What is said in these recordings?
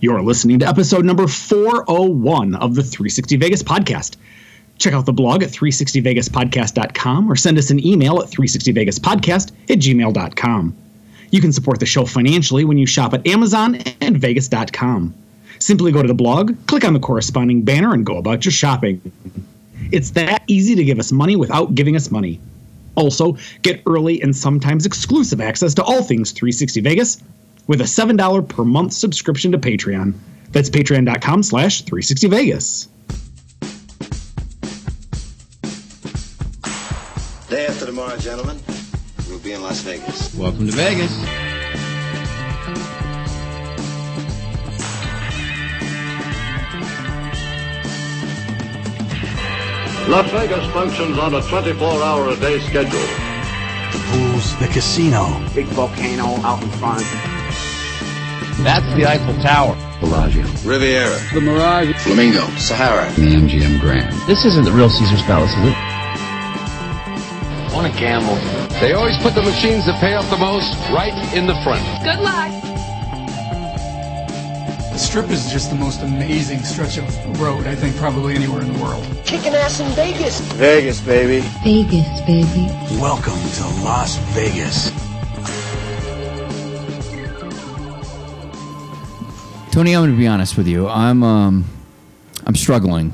You're listening to episode number 401 of the 360 Vegas podcast. Check out the blog at 360vegaspodcast.com or send us an email at 360vegaspodcast at gmail.com. You can support the show financially when you shop at Amazon and Vegas.com. Simply go to the blog, click on the corresponding banner, and go about your shopping. It's that easy to give us money without giving us money. Also, get early and sometimes exclusive access to all things 360 Vegas with a $7 per month subscription to Patreon. That's patreon.com slash 360 Vegas. Day after tomorrow, gentlemen, we'll be in Las Vegas. Welcome to Vegas. Las Vegas functions on a 24-hour-a-day schedule. Who's the casino? big volcano out in front. That's the Eiffel Tower. Bellagio. Riviera. The Mirage. Flamingo. Sahara. The MGM Grand. This isn't the real Caesar's Palace, is it? They always put the machines that pay off the most right in the front. Good luck. The strip is just the most amazing stretch of road, I think, probably anywhere in the world. Vegas, baby. Vegas, baby. Welcome to Las Vegas. Tony, I'm going to be honest with you. I'm um, I'm struggling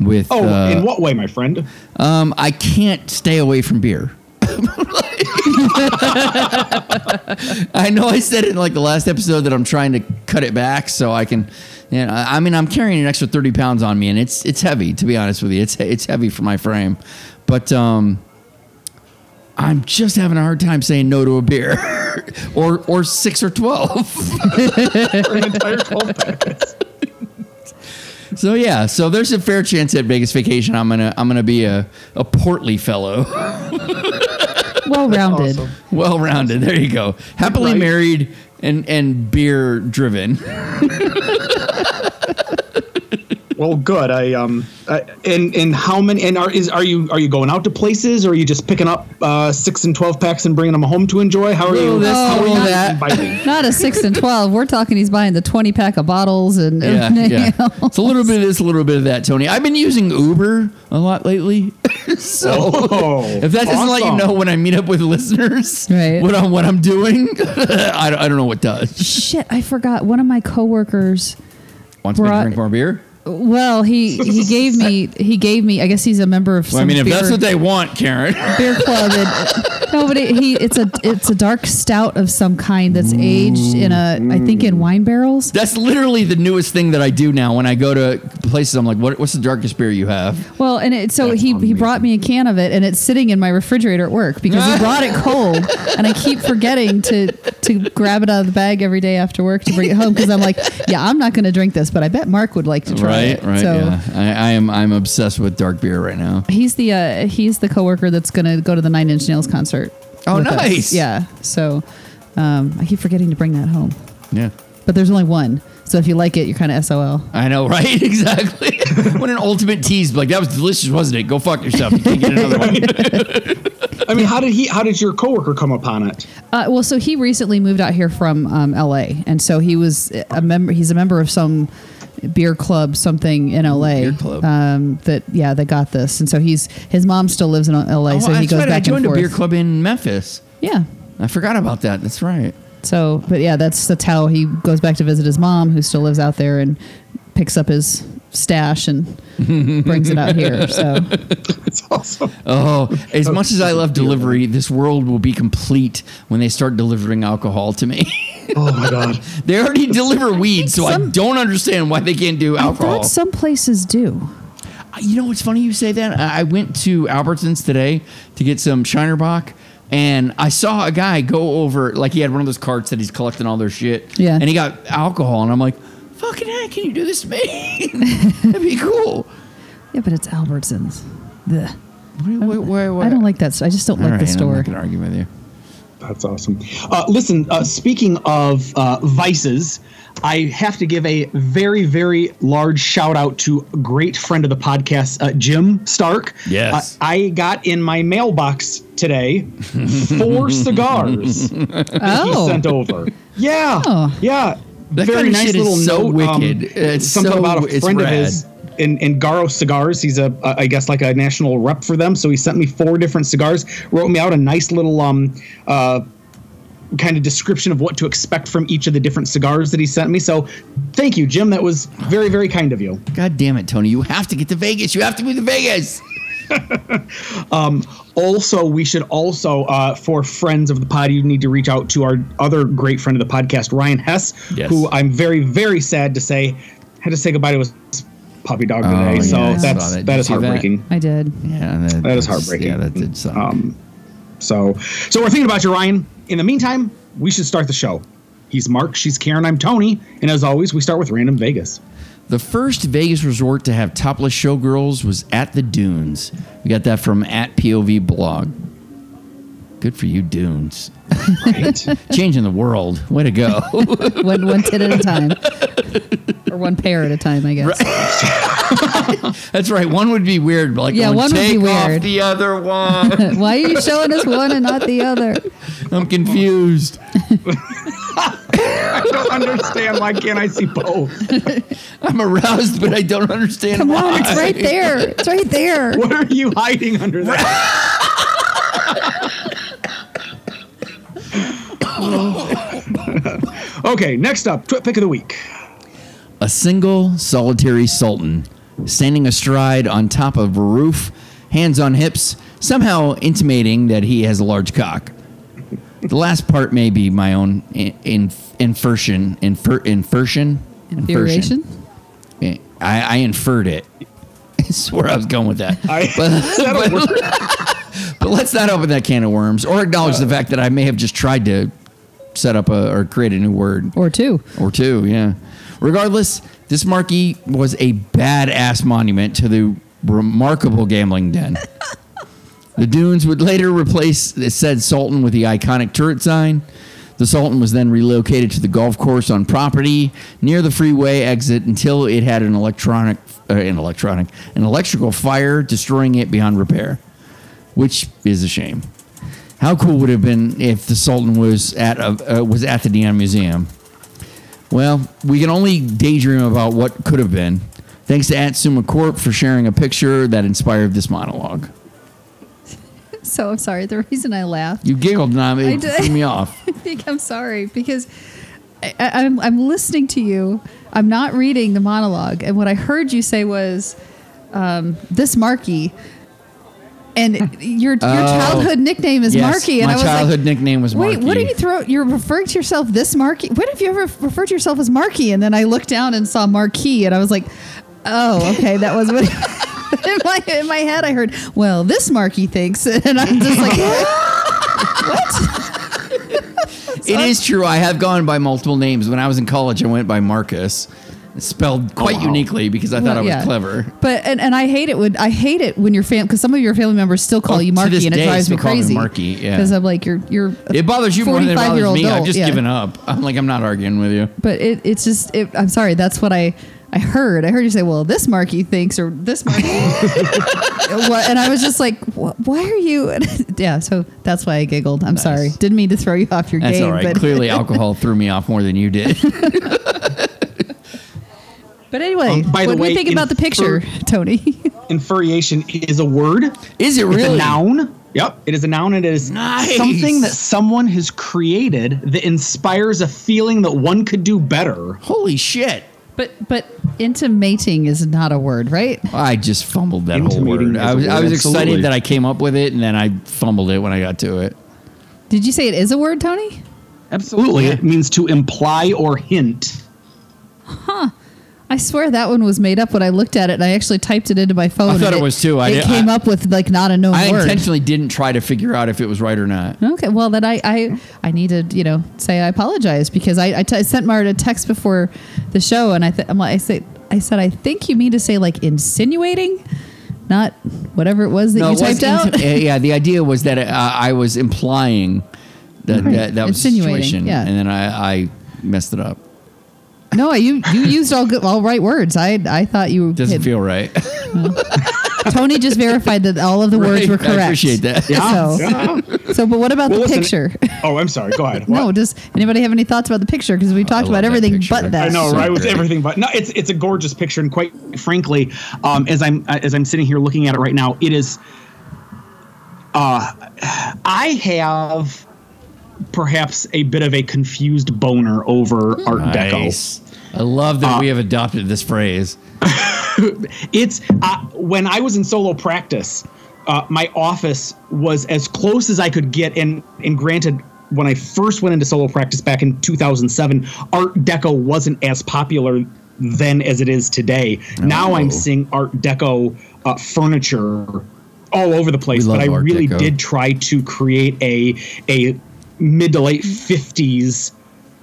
with. Oh, uh, in what way, my friend? um, I can't stay away from beer. I know I said it in like the last episode that I'm trying to cut it back so I can. You know, I I mean, I'm carrying an extra 30 pounds on me, and it's it's heavy. To be honest with you, it's it's heavy for my frame, but um, I'm just having a hard time saying no to a beer, or or six or twelve. For an entire 12 pack. So yeah, so there's a fair chance at Vegas vacation I'm gonna I'm gonna be a, a portly fellow, Well rounded. well rounded. There you go, happily Right. married and and beer driven. Well, good. I um, I, and and how many? And are is are you are you going out to places, or are you just picking up uh, six and twelve packs and bringing them home to enjoy? How are Little you? this, how little are that. inviting? Not a six and twelve. We're talking. He's buying the twenty pack of bottles and yeah, everything yeah. else. It's a little bit of this, a little bit of that, Tony. I've been using Uber a lot lately, so Oh, if that doesn't let you awesome. know when I meet up with listeners Right. what I'm what I'm doing, I, don't, I don't know what does. Shit, I forgot. One of my coworkers. Wants me to Right. drink more beer. Well, he he gave me he gave me. I guess he's a member of. Some Well, I mean, if beer, that's what they want, Karen. beer club. And, no, but it, he it's a it's a dark stout of some kind that's aged in a I think in wine barrels. That's literally the newest thing that I do now. When I go to places, I'm like, what, "What's the darkest beer you have?" Well, and it, so That's he, he amazing. brought me a can of it, and it's sitting in my refrigerator at work because he brought it cold, and I keep forgetting to to grab it out of the bag every day after work to bring it home because I'm like, yeah, I'm not going to drink this, but I bet Mark would like to try Right, it. right. so yeah, I, I am. I'm obsessed with dark beer right now. he's the uh, he's the coworker that's going to go to the Nine Inch Nails concert. Oh, with us. nice. Yeah. So um, I keep forgetting to bring that home, Yeah, but there's only one. So if you like it, you're kind of SOL. I know, right? exactly. when an ultimate tease, like that was delicious, wasn't it? Go fuck yourself. You can't get another one. I mean, how did he? How did your coworker come upon it? Uh, well, so he recently moved out here from um, L.A., and so he was a member. He's a member of some beer club, something in L.A. Beer club. Um, that yeah, that got this, and so he's his mom still lives in L.A., Oh, so he that's goes right. I back and joined a forth. beer club in Memphis. Yeah. I forgot about that. That's right. So, but yeah, that's that's how he goes back to visit his mom, who still lives out there, and picks up his stash and brings it out here. So It's awesome. Oh, as much as I love delivery, this world will be complete when they start delivering alcohol to me. Oh my god. They already deliver weed, so I some- don't understand why they can't do I alcohol. thought some places do. You know, it's funny you say that. I I went to Albertsons today to get some Shinerbach, and I saw a guy go over, like, he had one of those carts that he's collecting all their shit. Yeah. And he got alcohol, and I'm like, fucking heck, can you do this to me? That'd be cool. Yeah, but it's Albertsons. Ugh. Wait, wait, wait, wait. I don't like that. st- I just don't All like right, the I'm store. not going to argue with you. That's awesome. Uh, listen, uh, speaking of uh, vices, I have to give a very, very large shout out to a great friend of the podcast, uh, Jim Stark. Yes. Uh, I got in my mailbox today four cigars that he Oh. sent over. Yeah. Oh. Yeah. That very kind of nice shit is little so note. um, wicked. It's something so- about a it's friend of rad. his in, in Garo Cigars. He's a, a I guess like a national rep for them. So he sent me four different cigars. Wrote me out a nice little um uh kind of description of what to expect from each of the different cigars that he sent me. So thank you, Jim. That was very very kind of you. God damn it, Tony! You have to get to Vegas. You have to move to Vegas. also we should also uh, for friends of the pod you need to reach out to our other great friend of the podcast ryan hess Yes. who i'm very very sad to say had to say goodbye to his puppy dog today yeah, so I Oh, saw that's that. Did that you is see that? heartbreaking I did. Yeah, that, that is that's- heartbreaking Yeah, that did suck. um, so so we're thinking about you ryan in the meantime we should start the show he's mark she's karen i'm tony and as always we start with random vegas The first Vegas resort to have topless showgirls was at the Dunes. We got that from at POV blog. Good for you, Dunes. right Changing the world. Way to go. One, one tit at a time. or one pair at a time, I guess. That's right. One would be weird, but like Yeah, going, one would be take off weird. the other one. Why are you showing us one and not the other? I'm confused. i don't understand why can't i see both I'm aroused, but I don't understand Come why. on, it's right there. It's right there. what are you hiding under that okay next up twit pick of the week A single solitary sultan, standing astride on top of a roof, hands on hips, somehow intimating that he has a large cock. The last part may be my own in, in, infersion. Infer, infersion? Infuriation? I, I inferred it. I swear I was going with that. I, is that a word? But let's not open that can of worms or acknowledge the fact that I may have just tried to set up a, or create a new word. Or two. Or two, yeah. Regardless, this marquee was a badass monument to the remarkable gambling den. the dunes would later replace the said Sultan with the iconic turret sign. The Sultan was then relocated to the golf course on property near the freeway exit until it had an electronic, uh, an electronic, an electrical fire, destroying it beyond repair, which is a shame. How cool would it have been if the Sultan was at a, uh, was at the Neon Museum? Well, we can only daydream about what could have been. Thanks to Atsuma Corp for sharing a picture that inspired this monologue. So I'm sorry. The reason I laughed You giggled, and I- I it did. threw me off. I think I'm sorry because I, I, I'm I'm listening to you. I'm not reading the monologue, and what I heard you say was um, this Marky, and your your childhood nickname is Oh. yes, Marky. And my I was childhood like, nickname was Wait, what are you Marky." throw? You're referring to yourself this Marky? When have you ever referred to yourself as Marky? And then I looked down and saw Marquee, and I was like, oh, okay, that was what. In my, in my head, I heard, well, this Marky thinks, and I'm just like, what? It is true. I have gone by multiple names. When I was in college, I went by Marcus, spelled quite uniquely because I thought I was Oh, Yeah. clever. But and, and I hate it when I hate it when your fam because some of your family members still call Oh, you to Marky this and it day, drives me still call me crazy. Marky, yeah. because I'm like you're you're. a It bothers you more than it bothers 45-year-old me. I've adult, just yeah. given up. I'm like, I'm not arguing with you. But it, it's just it, I'm sorry. That's what I I heard. I heard you say, well, this Marky thinks or this Marky. what, and I was just like, "Wh- why are you? yeah. So that's why I giggled. I'm sorry. Didn't mean to throw you off your That's game. all right. But Clearly, alcohol threw me off more than you did. but anyway, Um, by the what do way, we think in about the picture, Tony? infuriation is a word Is it really? It's a noun. Yep, it is a noun. It is Nice. something that someone has created that inspires a feeling that one could do better. Holy shit. but but intimating is not a word, right? I just fumbled that whole Intimating word. is I a was, I word, was absolutely. excited that I came up with it, and then I fumbled it when I got to it. Did you say it is a word, Tony? Absolutely, it means to imply or hint. I swear that one was made up when I looked at it, and I actually typed it into my phone. I thought and it was too. I it did- came I- up with like not a known I word. intentionally didn't try to figure out if it was right or not. Okay, well then I I, I need to you know say I apologize because I I, t- I sent Mara a text before the show, and I th- I'm like I said I said I think you mean to say like insinuating, not whatever it was that you it was typed out. inti- uh, yeah, the idea was that uh, I was implying that that, that was the Insinuating, situation, yeah. and then I, I messed it up. no, you you used all good all right words. I I thought you Doesn't had- feel right. Tony just verified that all of the words Right, were correct. I appreciate that. So, Yeah. so but what about Well, the listen- picture? Oh, I'm sorry. Go ahead. no, What? does anybody have any thoughts about the picture? Because we talked love about that everything picture. but that. I I know, So right? With great. everything, but no, it's it's a gorgeous picture, and quite frankly, um, as I'm as I'm sitting here looking at it right now, it is. Uh, I have perhaps a bit of a confused boner over Art Deco. Uh, Nice. I love that we have adopted this phrase. It's uh, when I was in solo practice, uh, my office was as close as I could get, and and granted. When I first went into solo practice back in 2007, Art Deco wasn't as popular then as it is today. Now Oh. I'm seeing Art Deco uh, furniture all over the place, We love but I Art really Deco. did try to create a a mid to late 50s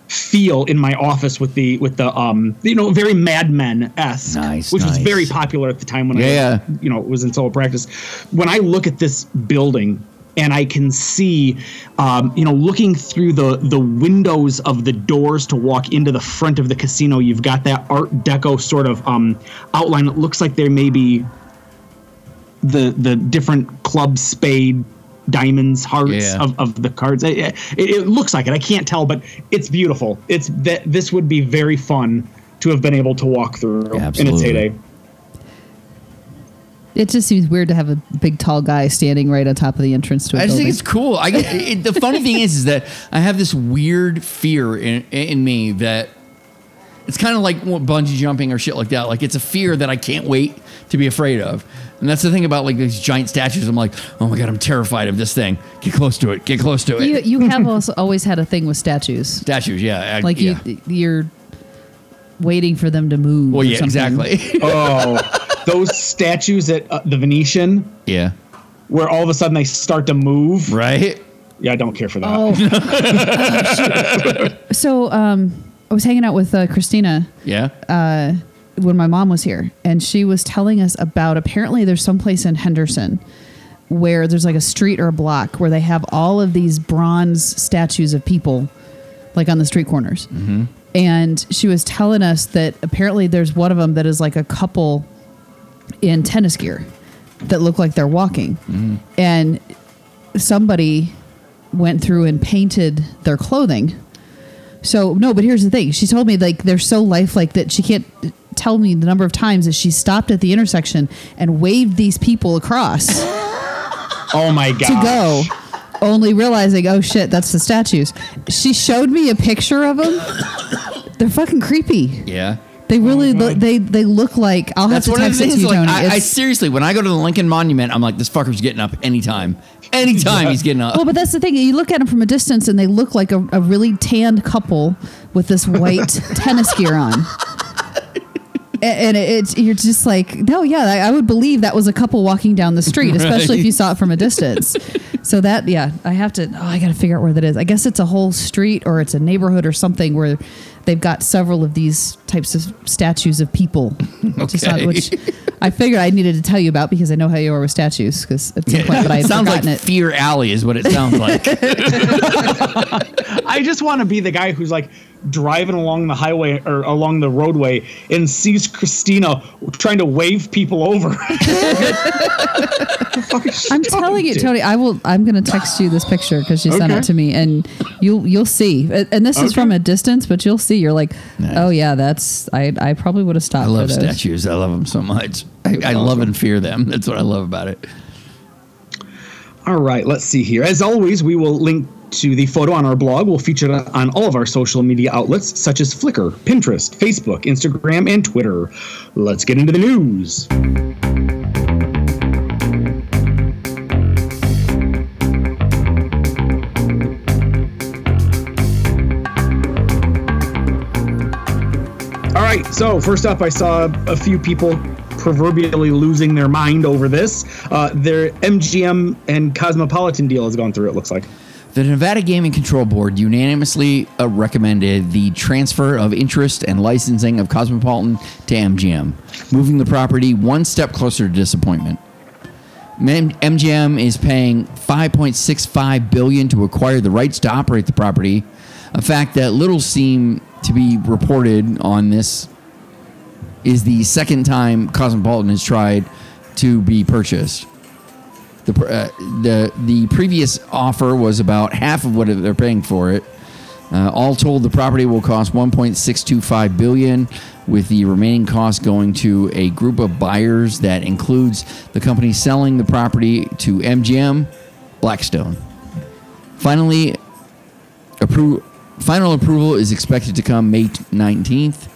feel in my office with the with the um you know very Mad Men esque, Nice, which was nice. very popular at the time when Yeah. I was, you know was in solo practice. When I look at this building and I can see, um, you know, looking through the the windows of the doors to walk into the front of the casino, you've got that Art Deco sort of um, outline. It looks like there may be the the different club spade diamonds hearts Yeah. of, of the cards it, it, it looks like it i can't tell but it's beautiful it's that this would be very fun to have been able to walk through Yeah, in its absolutely. heyday It just seems weird to have a big tall guy standing right on top of the entrance to a I just building. think it's cool. I get, it, the funny thing is, is that I have this weird fear in, in me that it's kind of like bungee jumping or shit like that. Like it's a fear that I can't wait to be afraid of. And that's the thing about like these giant statues. I'm like, oh my god, I'm terrified of this thing. Get close to it. Get close to it. you you have also always had a thing with statues, statues, yeah. I- like yeah. you you're waiting for them to move. Well, or yeah, something. exactly. oh those statues at uh, the venetian yeah. where all of a sudden they start to move Right. yeah i don't care for that Oh. so um, I was hanging out with uh, Christina Yeah. Uh, when my mom was here, and she was telling us about apparently there's some place in Henderson where there's like a street or a block where they have all of these bronze statues of people like on the street corners. And she was telling us that apparently there's one of them that is like a couple in tennis gear that look like they're walking. And somebody went through and painted their clothing. So no, but here's the thing. She told me like they're so lifelike that she can't tell me the number of times that she stopped at the intersection and waved these people across to oh my god go. Only realizing, oh shit, that's the statues. She showed me a picture of them. They're fucking creepy. Yeah. They really look. They they look like. I'll Oh That's have one to of the text it to things. you, Like, Tony. I, I It's- seriously, when I go to the Lincoln Monument, I'm like, this fucker's getting up anytime. Anytime he's getting up. Well, but that's the thing. You look at them from a distance, and they look like a, a really tanned couple with this white tennis gear on. A- And it, it's you're just like, no, yeah, I, I would believe that was a couple walking down the street, especially if you saw it from a distance. so that, yeah, I have to. Oh, I got to figure out where that is. I guess it's a whole street or it's a neighborhood or something where they've got several of these types of statues of people. Just on- Okay. which I figured I needed to tell you about because I know how you are with statues. Because at some point, but I it had sounds like forgotten it. Fear Alley is what it sounds like. I just want to be the guy who's like driving along the highway or along the roadway and sees Christina trying to wave people over. I'm telling you, Tony. I will. I'm going to text you this picture because she sent Okay. it to me, and you'll you'll see. A- And this is Okay. from a distance, but you'll see. You're like, oh yeah, that's. I I probably would have stopped. I love for those. statues. I love them so much. I, I love and fear them. That's what I love about it. All right, let's see here. As always, we will link to the photo on our blog. We'll feature it on all of our social media outlets such as Flickr, Pinterest, Facebook, Instagram, and Twitter. Let's get into the news. All right, so first up, I saw a few people proverbially losing their mind over this. Uh, their MGM and Cosmopolitan deal has gone through, it looks like. The Nevada Gaming Control Board unanimously uh, recommended the transfer of interest and licensing of Cosmopolitan to MGM, moving the property one step closer to disappointment. M- MGM is paying 5.65 billion to acquire the rights to operate the property, a fact that little seemed to be reported on this is the second time Cosmopolitan has tried to be purchased. The pr- uh, the the previous offer was about half of what they're paying for it. Uh, all told, the property will cost 1.625 billion, with the remaining cost going to a group of buyers that includes the company selling the property to MGM, Blackstone. Finally, appro- final approval is expected to come May 19th.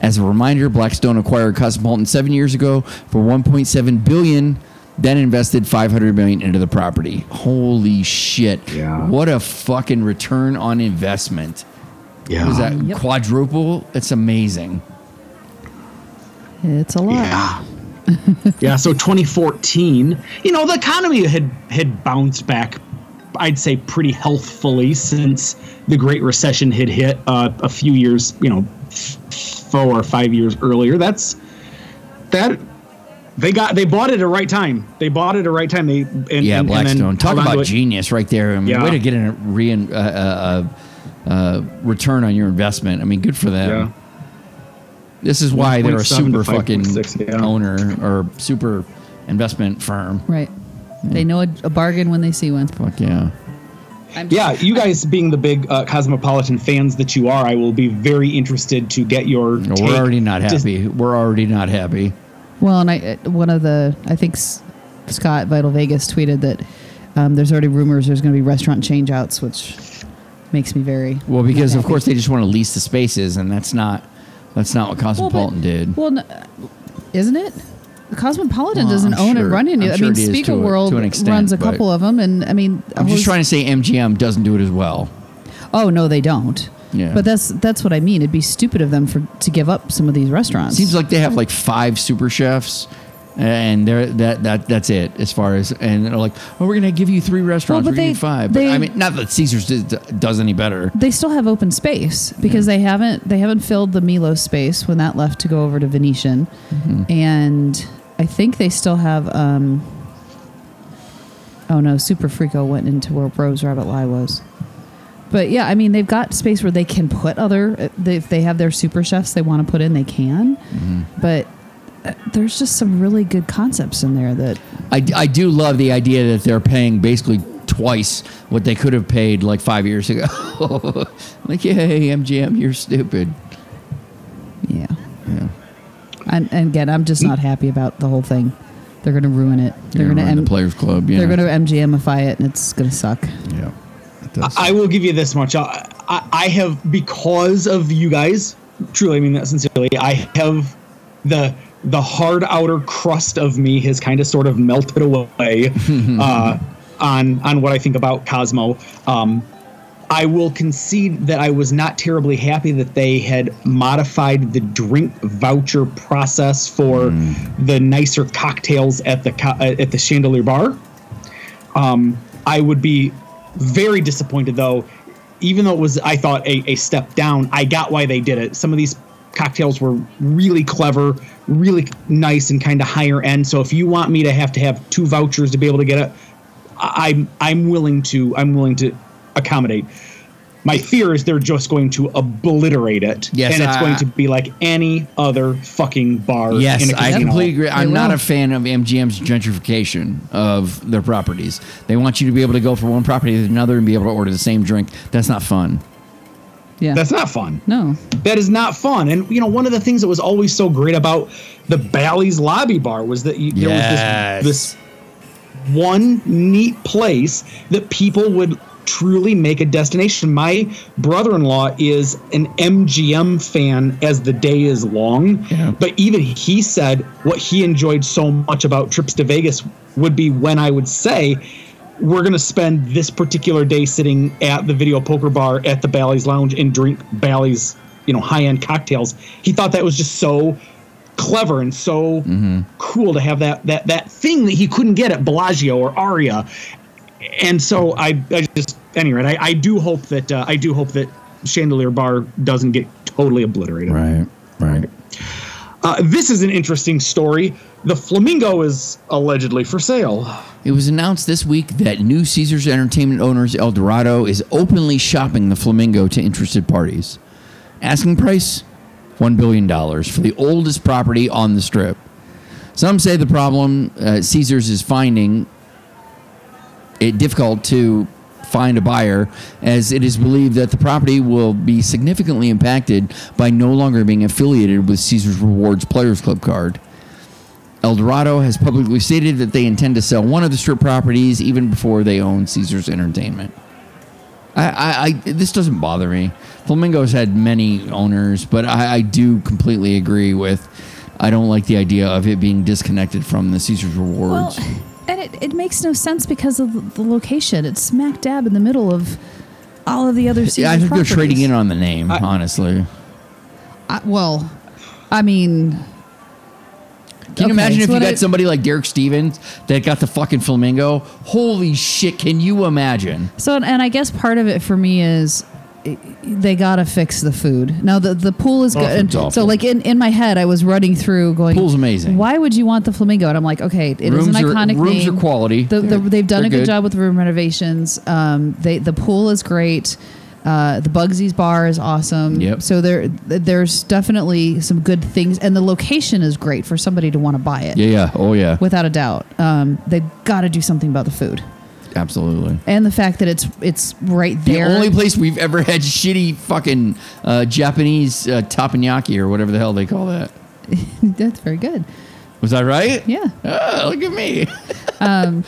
As a reminder, Blackstone acquired Cosmopolitan seven years ago for 1.7 billion, then invested 500 million into the property. Holy shit! Yeah. What a fucking return on investment. Yeah. Was that Yep. quadruple? It's amazing. It's a lot. Yeah. yeah. So 2014, you know, the economy had had bounced back, I'd say, pretty healthfully since the Great Recession had hit uh, a few years, you know, f- four or five years earlier. That's that. They got they bought it at the right time. They bought it at the right time. They and, Yeah, and- and then Blackstone. Talk held on to about it. genius right there. I mean, Yeah. way to get a re- uh, uh, uh, uh, return on your investment. I mean, good for them. Yeah. This is why they're a 1.7 to super fucking 5.6, yeah. owner or super investment firm. Right. They know a, a bargain when they see one. Fuck yeah. Yeah, you guys being the big uh, cosmopolitan fans that you are, I will be very interested to get your. No, take. we're already not Just- happy. we're already not happy. Well, and I uh, one of the I think S- Scott Vital Vegas tweeted that um, there's already rumors there's going to be restaurant changeouts, which makes me very Well, because not of happy. course they just want to lease the spaces, and that's not that's not what Cosmopolitan did. Well, n- isn't it? The Cosmopolitan Well, doesn't I'm own sure- and run any. I'm I sure mean, it is to a- Speaker to World an extent, runs a but- couple of them, and I mean, I'm just trying to say MGM doesn't do it as well. Oh no, they don't. Yeah. But that's that's what I mean. It'd be stupid of them for to give up some of these restaurants. Seems like they have like five super chefs, and they're that that that's it as far as and they're like, oh, we're gonna give you three restaurants, but we're gonna they- give you five. But they- I mean, not that Caesar's d- d- does any better. they still have open space because they haven't they haven't filled the Milo space when that left to go over to Venetian, and I think they still have. um Oh no, Super Freako went into where Rose Rabbit Lie was. But yeah, I mean they've got space where they can put other they- if they have their super chefs they want to put in they can, but uh, there's just some really good concepts in there that I, I do love the idea that they're paying basically twice what they could have paid like five years ago. like, hey, MGM, you're stupid. Yeah. And, and again, I'm just not happy about the whole thing. They're going to ruin it. They're You're going to running M- the Players Club. Yeah. they're going to MGMify it, and it's going to suck. Yeah. It does. I will give you this much. I, I, I have because of you guys. Truly, I mean that sincerely. I have the the hard outer crust of me has kind of sort of melted away uh, on on what I think about Cosmo. Um, I will concede that I was not terribly happy that they had modified the drink voucher process for the nicer cocktails at the co- uh, at the Chandelier Bar. I would be very disappointed though, even though it was I thought a, a step down. I got why they did it. Some of these cocktails were really clever, really nice, and kind of higher end. So if you want me to have to have two vouchers to be able to get it, I- I'm I'm willing to I'm willing to accommodate. My fear is they're just going to obliterate it, Yes, and it's I- going to be like any other fucking bar. Yes, in a I casino. completely agree. I'm They not will. a fan of MGM's gentrification of their properties. They want you to be able to go from one property to another and be able to order the same drink. That's not fun. Yeah. That's not fun. no. that is not fun. And you know, one of the things that was always so great about the Bally's Lobby Bar was that you, there Yes. was this this one neat place that people would truly make a destination. My brother-in-law is an MGM fan as the day is long, Yeah. but even he said what he enjoyed so much about trips to Vegas would be when I would say we're going to spend this particular day sitting at the video poker bar at the Bally's Lounge and drink Bally's, you know, high end cocktails. He thought that was just so clever and so cool to have that that that thing that he couldn't get at Bellagio or Aria. And so I, I just anyway, I, I do hope that uh, I do hope that Chandelier Bar doesn't get totally obliterated. Right. Right. Uh, this is an interesting story. The Flamingo is allegedly for sale. It was announced this week that new Caesars Entertainment owners El Dorado is openly shopping the Flamingo to interested parties. Asking price $1 billion for the oldest property on the strip. Some say the problem uh, Caesars is finding it difficult to find a buyer as it is believed that the property will be significantly impacted by no longer being affiliated with Caesars Rewards Players Club card. Eldorado has publicly stated that they intend to sell one of the strip properties even before they own Caesars Entertainment. I, I, I this doesn't bother me. Flamingos had many owners, but I, I do completely agree with. I don't like the idea of it being disconnected from the Caesars Well, Rewards. and it, it makes no sense because of the- the location. It's smack dab in the middle of all of the other Caesar yeah, I think properties. they're trading in on the name, honestly. I, well, I mean, Can you Okay, imagine so if you what got I- somebody like Derek Stevens that got the fucking flamingo? Holy shit! Can you imagine? so and I guess part of it for me is eh, they gotta fix the food. Now the the pool is Oh, good. it's And awful. so like in, in my head, I was running through going, Pool's amazing. Why would you want the flamingo?" And I'm like, "Okay, it is Rooms an are- iconic rooms name. are quality. The, the, They're- they've done a they're good, good. job with room renovations. Um, they the pool is great. Uh, the Bugsy's bar is awesome. Yep. So there there's definitely some good things, and the location is great for somebody to want to buy it. Yeah, yeah, oh yeah, Without a doubt, um, they've got to do something about the food absolutely. and the fact that it's it's right The there. only place we've ever had shitty fucking uh, Japanese uh, teppanyaki or whatever the hell they call that. That's very good. Was I right? Yeah. Oh, look at me. But-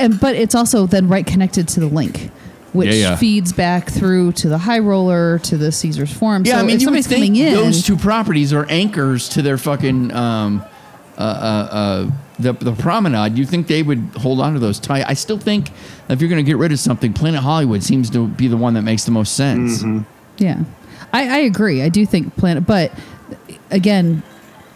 And but it's also then right connected to the link. Which Yeah, yeah. feeds back through to the high roller to the Caesar's Forum. Yeah, so I mean, if you would somebody's coming think in, those two properties are anchors to their fucking um, uh, uh, uh, the the promenade. You think they would hold on to those tight? I still think if you're going to get rid of something, Planet Hollywood seems to be the one that makes the most sense. Yeah, I, I agree. I do think Planet, but again,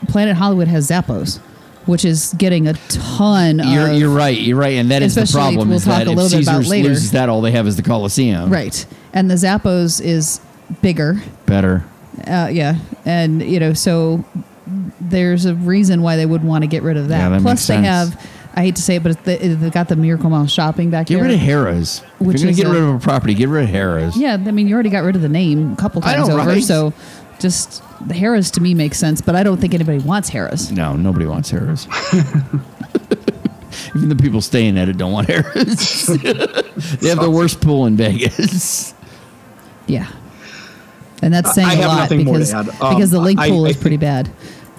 Planet Hollywood has Zappos, which is getting a ton You're, of you're right. You're right, and that is the Especially, problem. we'll is talk that a Uh, if little bit about Caesars later. loses that, all they have is the Coliseum. right, and the Zappos is bigger. Better. Uh, yeah, and you know so there's a reason why they would want to get rid of that. Yeah, that Plus, makes they sense. have. I hate to say it, but it's the, they got the Miracle Mile shopping back Get there. rid of Harrah's. If Which you're going is to get a- rid of a property, get rid of Harrah's. Yeah, I mean, you already got rid of the name a couple I times know, over, right? so just the Harris to me makes sense, but I don't think anybody wants Harris. No, nobody wants Harris. Even the people staying at it don't want Harris. they have the worst pool in Vegas. Yeah. And that's saying I a have lot nothing more to because, add. Um, because the link I- pool I is think- pretty bad.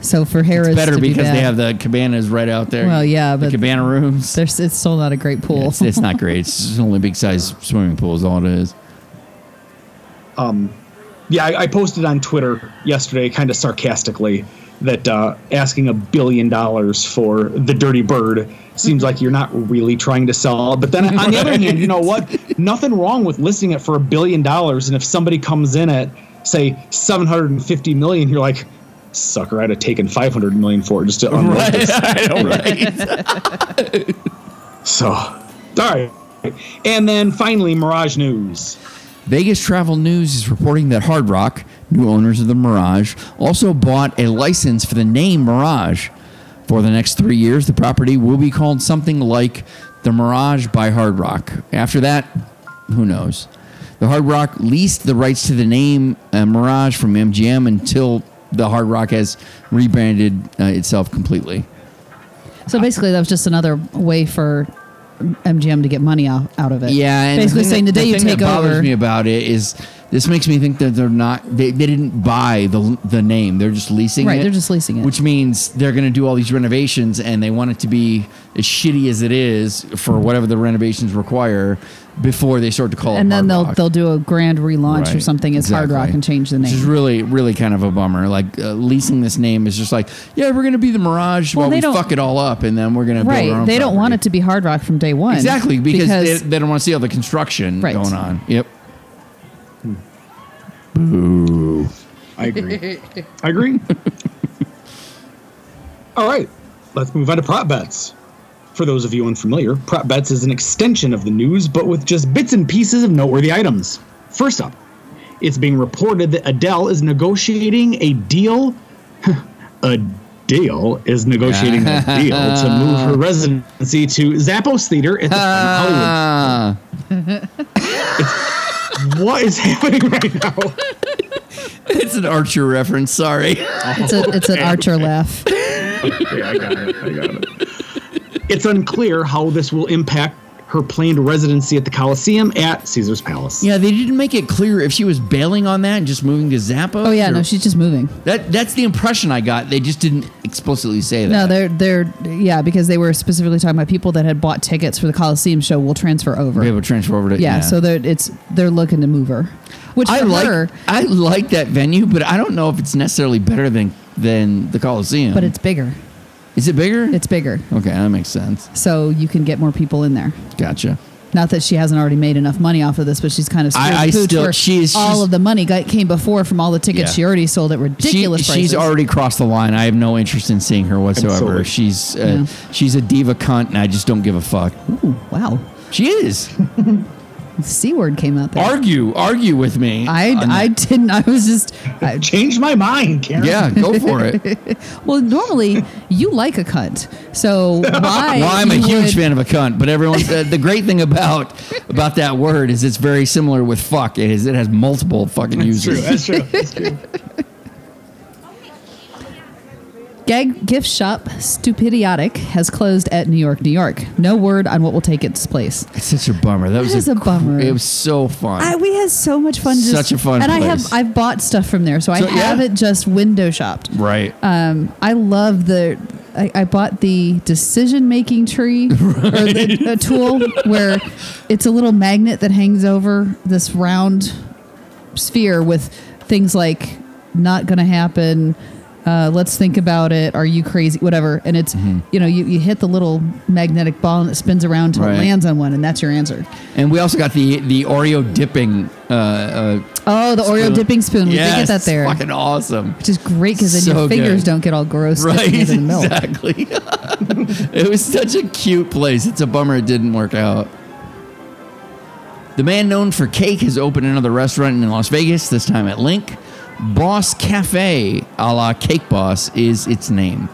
So for Harris, It's better to be because bad, they have the cabanas right out there. Well, yeah, the but- cabana rooms. There's, it's still not a great pool. It's, it's not great. It's just an Olympic sized swimming pool is all it is. Yeah, I, I posted on Twitter yesterday, kind of sarcastically, that uh, asking a billion dollars for the Dirty Bird seems like you're not really trying to sell. But then on the other hand, you know what? Nothing wrong with listing it for a billion dollars, and if somebody comes in at say 750 million, you're like, sucker, I'd have taken 500 million for it just to unload Right. this. I know, right? So, all right. And then finally, Mirage News. Vegas Travel News is reporting that Hard Rock, new owners of the Mirage, also bought a license for the name Mirage. For the next three years, the property will be called something like the Mirage by Hard Rock. After that, who knows? The Hard Rock leased the rights to the name uh, Mirage from MGM until the Hard Rock has rebranded uh, itself completely. So basically, that was just another way for MGM to get money out, out of it. Yeah, and basically the thing saying that- the day thing you take that bothers over, me about it is this makes me think that they're not they, they didn't buy the the name. They're just leasing it. Right, they're just leasing it. Which means they're going to do all these renovations and they want it to be as shitty as it is for whatever the renovations require before they start to call it and then Hard they'll Rock. they'll do a grand relaunch or Right, something as Hard Rock exactly. and change the name. Which is really, really kind of a bummer. Like uh, leasing this name is just like, yeah, we're going to be the Mirage Well, while they we don't- fuck it all up, and then we're going to build right, our they own don't want property. it to be Hard Rock from day one. Exactly, because, they, they don't want to see all the construction Right. going on. Yep. I agree. I agree. All right, let's move on to prop bets. For those of you unfamiliar, prop bets is an extension of the news, but with just bits and pieces of noteworthy items. First up, it's being reported that Adele is negotiating a deal. a deal is negotiating a deal to move her residency to Zappos Theater at the Planet Hollywood. Ah, What is happening right now? it's an Archer reference. Sorry. It's a it's an Archer laugh. Okay, I got it. I got it. It's unclear how this will impact her planned residency at the Coliseum at Caesar's Palace. Yeah, they didn't make it clear if she was bailing on that and just moving to Zappa. Oh yeah, no, she's just moving. that that's the impression I got. They just didn't explicitly say that. No, they're they're yeah because they were specifically talking about people that had bought tickets for the Coliseum show will transfer over. Be able to transfer over to yeah, so they're it's they're looking to move her, which I for like her, I like that venue, but I don't know if it's necessarily better than than the Coliseum. but it's bigger. is it bigger? It's bigger, okay. That makes sense. so you can get more people in there. Gotcha. Not that she hasn't already made enough money off of this, but she's kind of I- screwed I the pooch still- where she's- all she's- of the money got, came before from all the tickets Yeah. she already sold at ridiculous She- prices. She's already crossed the line. I have no interest in seeing her whatsoever. Absolutely. She's uh, she's a diva cunt, and I just don't give a fuck. Ooh, wow. She is. The C word came out there. argue, argue with me. I, on I that. didn't. I was just. I, Change my mind, Karen. yeah, go for it. well, normally you like a cunt, so why? Well, I'm a you huge would- fan of a cunt, but everyone. The, the great thing about about that word is it's very similar with fuck. It is it has multiple fucking uses. true. That's true. Gag gift shop Stupidiotic has closed at New York, New York. No word on what will take its place. It's such a bummer. That was is a cr- bummer. It was so fun. I, we had so much fun. Just, Such a fun And I place. have I've bought stuff from there, so, So, I yeah. haven't just window shopped. right. Um, I love the. I, I bought the decision making tree or the, the tool where it's a little magnet that hangs over this round sphere with things like not going to happen. Uh, let's think about it. Are you crazy? Whatever. And it's, Mm-hmm. you know, you, you hit the little magnetic ball and it spins around till Right. it lands on one, and that's your answer. and we also got the the Oreo dipping. Uh, uh, Oh, the Oreo spoon. dipping spoon. We did get Yes, that there. Fucking awesome. which is great because then So your fingers good. don't get all gross Right, sticking into the milk. exactly. it was such a cute place. It's a bummer it didn't work out. The man known for cake has opened another restaurant in Las Vegas, this time at Link. Boss Cafe, a la Cake Boss, is its name.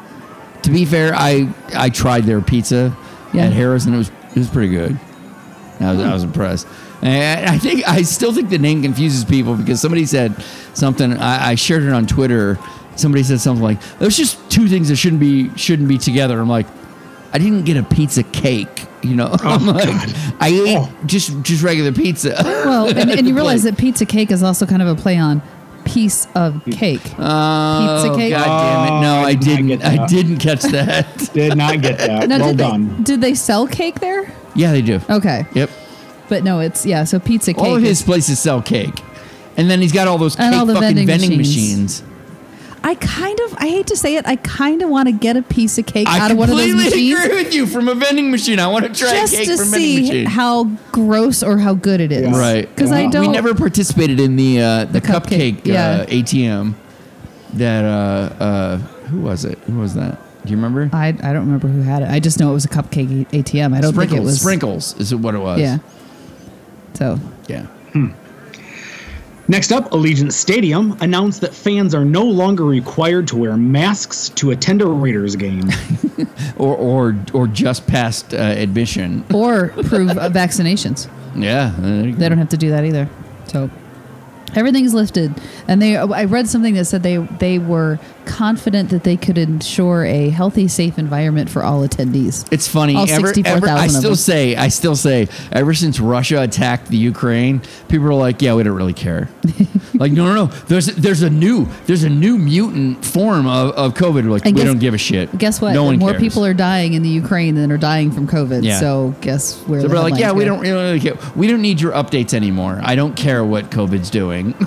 To be fair, I, I tried their pizza Yeah. at Harris and it was, it was pretty good. I was, I was impressed. And I think I still think the name confuses people because somebody said something. I, I shared it on Twitter. Somebody said something like, "There's just two things that shouldn't be shouldn't be together." I'm like, I didn't get a pizza cake. You know, I'm like, I ate Oh. just just regular pizza. Well, and, and you realize Like- that pizza cake is also kind of a play on piece of cake. Oh, pizza cake. God damn it! No, Oh, I, I did not didn't. get I that. didn't catch that. Did not get that. Now, well did done. They, did they sell cake there? yeah, they do. Okay, Yep. but no, it's yeah. So pizza cake. All of his is- places sell cake, and then he's got all those cake And all the fucking vending, vending machines. machines. I kind of, I hate to say it, I kind of want to get a piece of cake I out of one of completely those machines agree with you. From a vending machine, I want to try just cake to from a vending see machine. how gross or how good it is. Yeah. Right. Uh-huh. Because I Wow. don't. we never participated in the uh, the, cupcake, cupcake, yeah. uh, ATM. That uh, uh, who was it? Who was that? Do you remember? I, I don't remember who had it. I just know it was a cupcake ATM. I don't sprinkles. think it was sprinkles is what it was. Yeah. So Yeah. Next up, Allegiant Stadium announced that fans are no longer required to wear masks to attend a Raiders game. Or or or just past uh, admission. or prove uh, vaccinations. Yeah. there you go. They don't have to do that either. So everything's lifted, and they. I read something that said they they were confident that they could ensure a healthy, safe environment for all attendees. It's funny. All ever, ever, 64,000 I of still them. say, I still say, ever since Russia attacked the Ukraine, people are like, yeah, we don't really care. like, no, no, no. There's there's a new there's a new mutant form of, of COVID. We're Like, And we guess- don't give a shit. Guess what? No one More cares. people are dying in the Ukraine than are dying from COVID. Yeah. So guess where? So the we're like, headlines yeah, we go. don't really care. We don't need your updates anymore. I don't care what COVID's doing.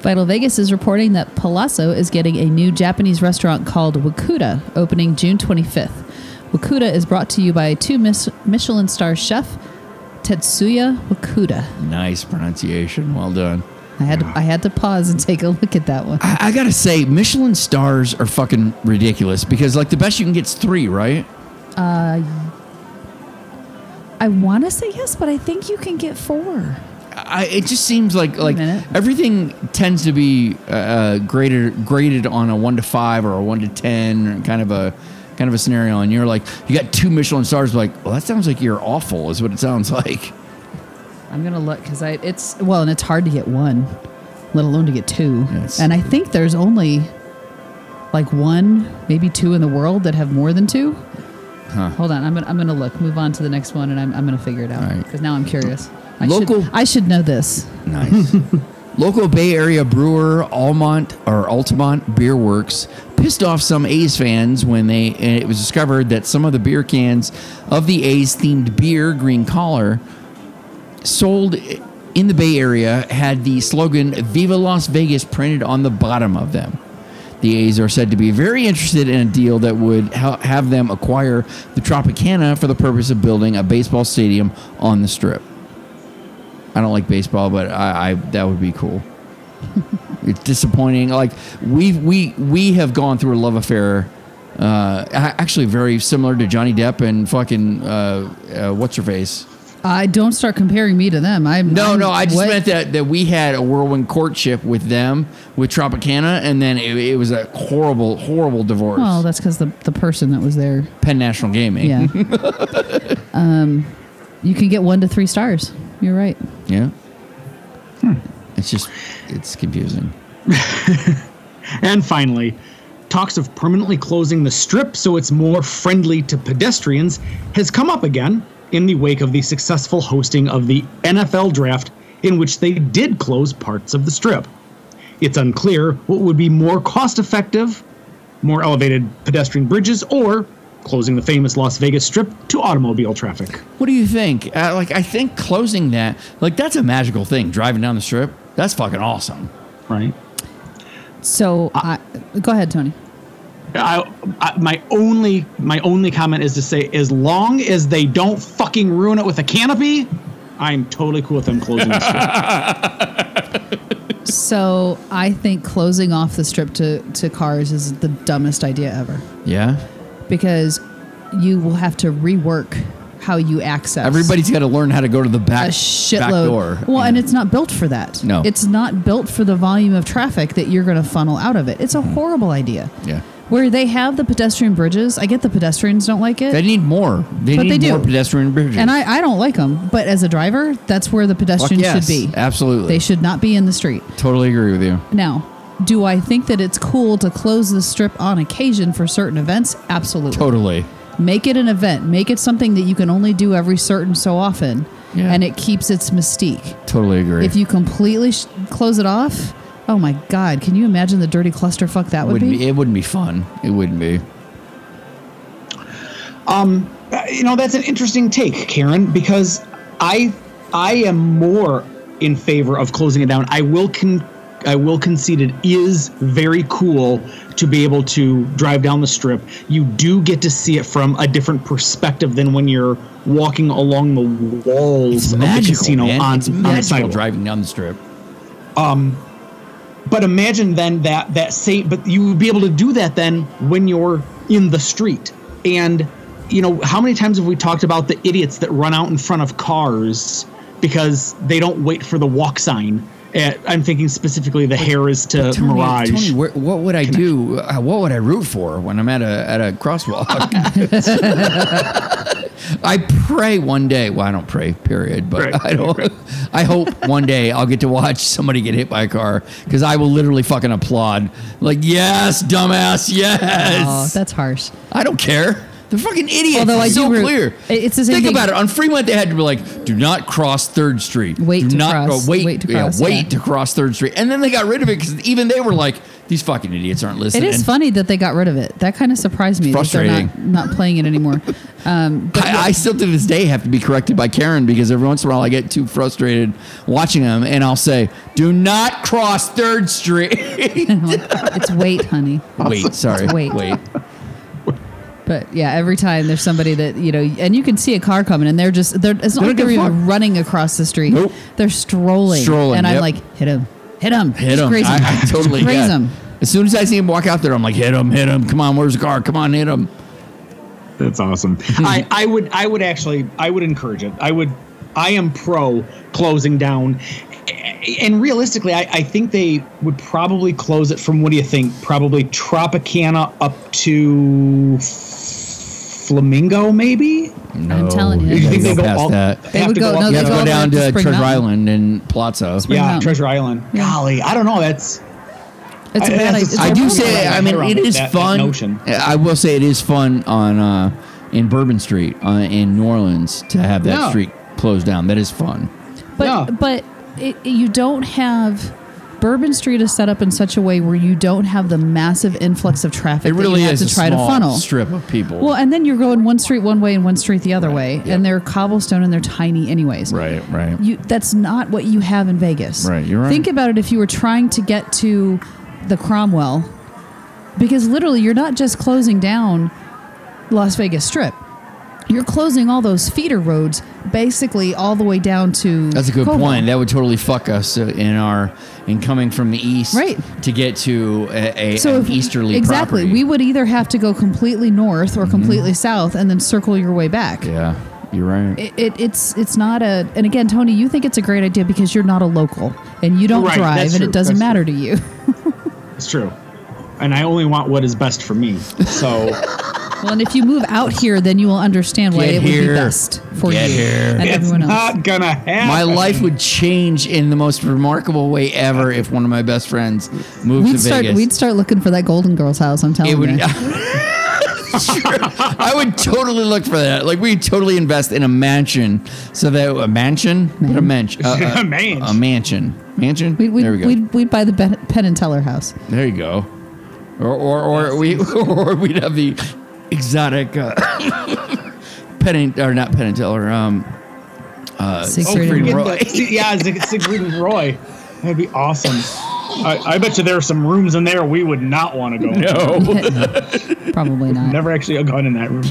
Vital Vegas is reporting that Palazzo is getting a new Japanese restaurant called Wakuda, opening June 25th. Wakuda is brought to you by two Mis- Michelin star chef Tetsuya Wakuda. nice pronunciation. Well done. I had to, I had to pause and take a look at that one. I, I gotta say, Michelin stars are fucking ridiculous because like the best you can get's three, right? I want to say yes, but I think you can get four. I, it just seems like like minute. everything tends to be uh, uh, graded graded on a one to five or a one to ten or kind of a kind of a scenario, and you're like you got two Michelin stars. Like, well, that sounds like you're awful, is what it sounds like. I'm gonna look because I it's well, and it's hard to get one, let alone to get two. Yes. And I think there's only like one, maybe two in the world that have more than two. Hold on, I'm gonna, I'm gonna look. Move on to the next one, and I'm, I'm gonna figure it out All right. because now I'm curious. I Local- should, I should know this. Nice. Local Bay Area brewer Almont or Altamont Beer Works pissed off some A's fans when they and it was discovered that some of the beer cans of the A's themed beer green collar sold in the Bay Area had the slogan Viva Las Vegas printed on the bottom of them. The A's are said to be very interested in a deal that would ha- have them acquire the Tropicana for the purpose of building a baseball stadium on the strip. I don't like baseball, but I, I that would be cool. it's disappointing. Like we we we have gone through a love affair, uh, a- actually very similar to Johnny Depp and fucking uh, uh, what's her face. I don't start comparing me to them. I'm No, I'm- no, I just what? meant that that we had a whirlwind courtship with them with Tropicana, and then it, it was a horrible, horrible divorce. Well, that's because the the person that was there. Penn National Gaming. Yeah. um, you can get one to three stars. You're right. yeah. Hmm. It's just it's confusing. And finally, talks of permanently closing the strip so it's more friendly to pedestrians has come up again in the wake of the successful hosting of the NFL draft, in which they did close parts of the strip. It's unclear what would be more cost effective more elevated pedestrian bridges or closing the famous Las Vegas Strip to automobile traffic. What do you think? Uh, like, I think closing that, like, that's a magical thing. Driving down the strip, that's fucking awesome. Right. So I, go ahead, Tony. I, I, my only my only comment is to say, as long as they don't fucking ruin it with a canopy, I'm totally cool with them closing the strip. So I think closing off the strip to, to cars is the dumbest idea ever Yeah. because you will have to rework how you access Everybody's got to learn how to go to the a back, shitload. back door. Well, and Yeah. it's not built for that. No. it's not built for the volume of traffic that you're going to funnel out of it. It's Mm-hmm. a horrible idea. Yeah. Where they have the pedestrian bridges, I get the pedestrians don't like it. They need more. They But need they do. more pedestrian bridges. and I, I don't like them, but as a driver, that's where the Fuck pedestrians yes, should be. Absolutely. They should not be in the street. Totally agree with you. Now, do I think that it's cool to close the strip on occasion for certain events? Absolutely. Totally. Make it an event. Make it something that you can only do every certain so often, Yeah. and it keeps its mystique. Totally agree. If you completely sh- close it off, oh my God, can you imagine the dirty clusterfuck that would, wouldn't be? be, it wouldn't be fun. It wouldn't be. Uh, you know, that's an interesting take, Karen, because I I am more in favor of closing it down. I will con I will concede it is very cool to be able to drive down the strip. You do get to see it from a different perspective than when you're walking along the walls It's of magical, the casino man. on, it's on magical the sidewalk. driving down the strip. But imagine then that that say, but you would be able to do that then when you're in the street. And you know, how many times have we talked about the idiots that run out in front of cars because they don't wait for the walk sign? Uh, I'm thinking specifically the Harris to Tony, Mirage. Tony, where, what would I do? Uh, what would I root for when I'm at a at a crosswalk? I pray one day. Well, I don't pray, period. But Right, I don't. right. I hope one day I'll get to watch somebody get hit by a car because I will literally fucking applaud. Like, yes, dumbass, yes. Oh, that's harsh. I don't care. They're fucking idiots. Although it's I do so root- clear. it- it's the same Think thing- about it. On Fremont, they had to be like, "Do not cross Third Street. Wait do to not uh, cross- wait, wait to yeah, cross, wait yeah." to cross Third Street." And then they got rid of it because even they were like, "These fucking idiots aren't It listening." is funny that they got rid of it. That kind of surprised me. that they're Frustrating. Not, not playing it anymore. Um, but I, I still to this day have to be corrected by Karen because every once in a while I get too frustrated watching them, and I'll say, "Do not cross Third Street." it's wait, honey. wait, sorry, Wait. wait. But yeah, every time there's somebody that you know, and you can see a car coming, and they're just they're. It's not They like don't they're give a even fuck. running across the street. Nope. They're strolling. Strolling, And I'm yep. like, hit him, hit him, Hit him. Graze him. I, I totally Graze yeah. him. As soon as I see him walk out there, I'm like, "Hit him! Hit him! Come on, where's the car? Come on, hit him!" That's awesome. I, I would I would actually I would encourage it. I would I am pro closing down. And realistically, I, I think they would probably close it from what do you think? Probably Tropicana up to Flamingo, maybe? I'm telling you. you You gotta think go they go past all- that. They would have to go- go, up- no, You they have to go go all the way down up to to Spring Treasure Mountain. Island and Plaza. Spring Yeah, Mountain. Treasure Island. Golly, I don't know. That's It's a I- bad I- idea. It's I a do really say, bad I idea. mean, around it with is that- that fun. notion. I will say it is fun on uh, in Bourbon Street uh, in New Orleans to have that Yeah. street closed down. That is fun. But Yeah. but it, you don't have Bourbon Street is set up in such a way where you don't have the massive influx of traffic. It really that you is have a to try small to funnel. strip of people. Well, and then you're going one street one way and one street the other way, yep. and they're cobblestone and they're tiny anyways. right, right. You that's not what you have in Vegas. Right, you're right. Think about it if you were trying to get to the Cromwell, because literally you're not just closing down Las Vegas Strip. You're closing all those feeder roads, basically all the way down to. That's a good Cobo. point. That would totally fuck us uh, in our in coming from the east, Right. To get to a, a an easterly exactly, property. Mm-hmm. we would either have to go completely north or completely south, and then circle your way back. yeah, you're right. It, it, it's it's not a and again Tony you think it's a great idea because you're not a local and you don't Right, drive that's and true, it doesn't that's matter to you It's true. And I only want what is best for me. So well and if you move out here then you will understand why Get it would here. be best for Get you here. and it's everyone else not gonna happen. My life would change in the most remarkable way ever if one of my best friends moved we'd to start Vegas. we'd start looking for that Golden Girls house I'm telling it would. you Sure. I would totally look for that. Like we totally invest in a mansion, so that a mansion, What a mansion, Uh, A mansion. a mansion, mansion. we'd, we'd, there we go. We'd, we'd buy the Ben- Penn and Teller house There you go. Or or, or we or we'd have the exotic uh, pennant or not pennant or um Uh, Siegfried Siegfried and and Get Roy. Roy. the- see- yeah, Sig- Sigrid and Roy. That'd be awesome. I, I bet you there are some rooms in there we would not want to go. in. no. probably not Never actually gone in that room.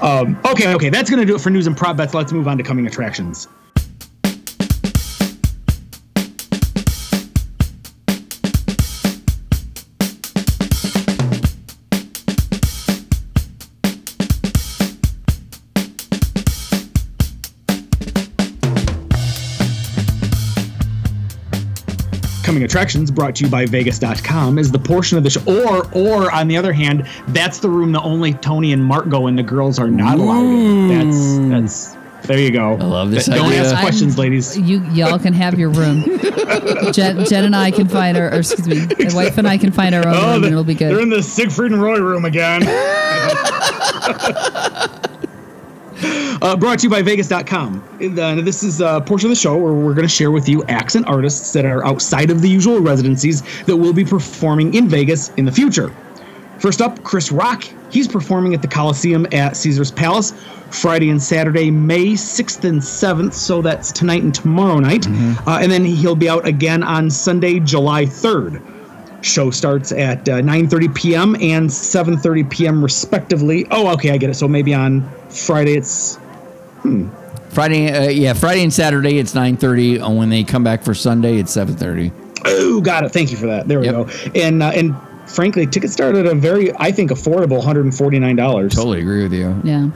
Um, okay, okay, that's gonna do it for news and prop bets. Let's move on to coming attractions. Coming attractions brought to you by Vegas.com is the portion of the show, or, or on the other hand, that's the room that only Tony and Mark go in. The girls are not allowed in. That's that's. There you go. I Mm. love this Don't idea. ask I'm- questions, ladies. You y'all can have your room. Jen, Jen and I can find our, or excuse me, my wife and I can find our own room, they- and it'll be They're in good. Oh, the Siegfried and Roy room again. Uh, brought to you by Vegas.com. And, uh, this is a portion of the show where we're going to share with you acts and artists that are outside of the usual residencies that will be performing in Vegas in the future. First up, Chris Rock. He's performing at the Coliseum at Caesar's Palace Friday and Saturday, May 6th and 7th. So that's tonight and tomorrow night. Uh, and then he'll be out again on Sunday, July 3rd. Show starts at uh, 9:30 p.m. and 7:30 p.m. respectively. Oh, okay, I get it. So maybe on Friday it's Friday, uh, yeah, Friday and Saturday it's nine thirty, and when they come back for Sunday it's seven thirty. Oh, got it. Thank you for that. There we Yep. go. And uh, and frankly, tickets start at a very, I think, affordable one hundred and forty nine dollars. Totally agree with you. Yeah.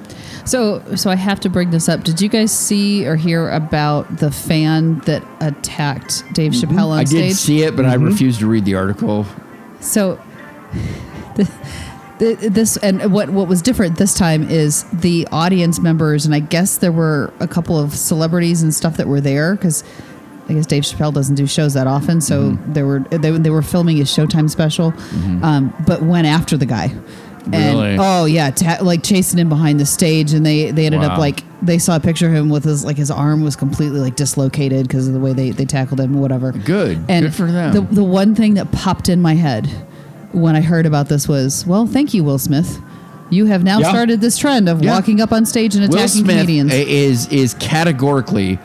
So so I have to bring this up. Did you guys see or hear about the fan that attacked Dave Chappelle on Mm-hmm. I stage? Mm-hmm. did see it, but I refused to read the article. So the, the, this and what what was different this time is the audience members and I guess there were a couple of celebrities and stuff that were there cuz I guess Dave Chappelle doesn't do shows that often, so Mm-hmm. they were they, they were filming his Showtime special, um, but went after the guy. And Really? oh yeah, ta- like chasing him behind the stage, and they they ended Wow. up like they saw a picture of him with his like his arm was completely like dislocated because of the way they they tackled him, or whatever. Good. And Good for them. The, the one thing that popped in my head when I heard about this was, well, thank you, Will Smith. You have now Yeah. started this trend of Yeah. walking up on stage and attacking Will Smith comedians. i- is is categorically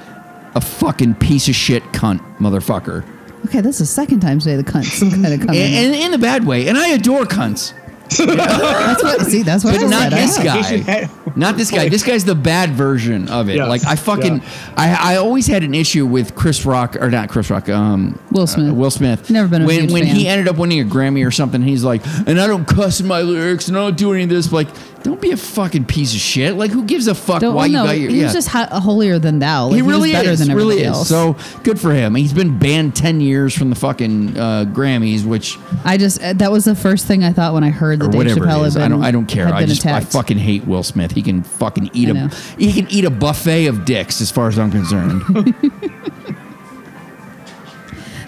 a fucking piece of shit cunt motherfucker, okay, that's the second time today the cunt's kind of coming. and, and in a bad way. And I adore cunts. that's what see. That's what I but not said. I this know. Vacation guy. head- Not this guy. This guy's the bad version of it. Yes, Like I fucking, yeah. I, I always had an issue with Chris Rock or not Chris Rock. Um, Will uh, Smith. Will Smith. Never been a when huge when fan. he ended up winning a Grammy or something. He's like, and I don't cuss in my lyrics, and I don't do any of this. Like, don't be a fucking piece of shit. Like, who gives a fuck Don't, why well, you no, got your? he's yeah. just ho- holier than thou. Like, he really was better is. than everybody really else. is. So good for him. He's been banned ten years from the fucking uh, Grammys, which I just uh, that was the first thing I thought when I heard or that Dave whatever Chappelle it had is. been. I don't. I don't care. had I been just. attacked. I fucking hate Will Smith. He can fucking eat I a. know. He can eat a buffet of dicks, as far as I'm concerned.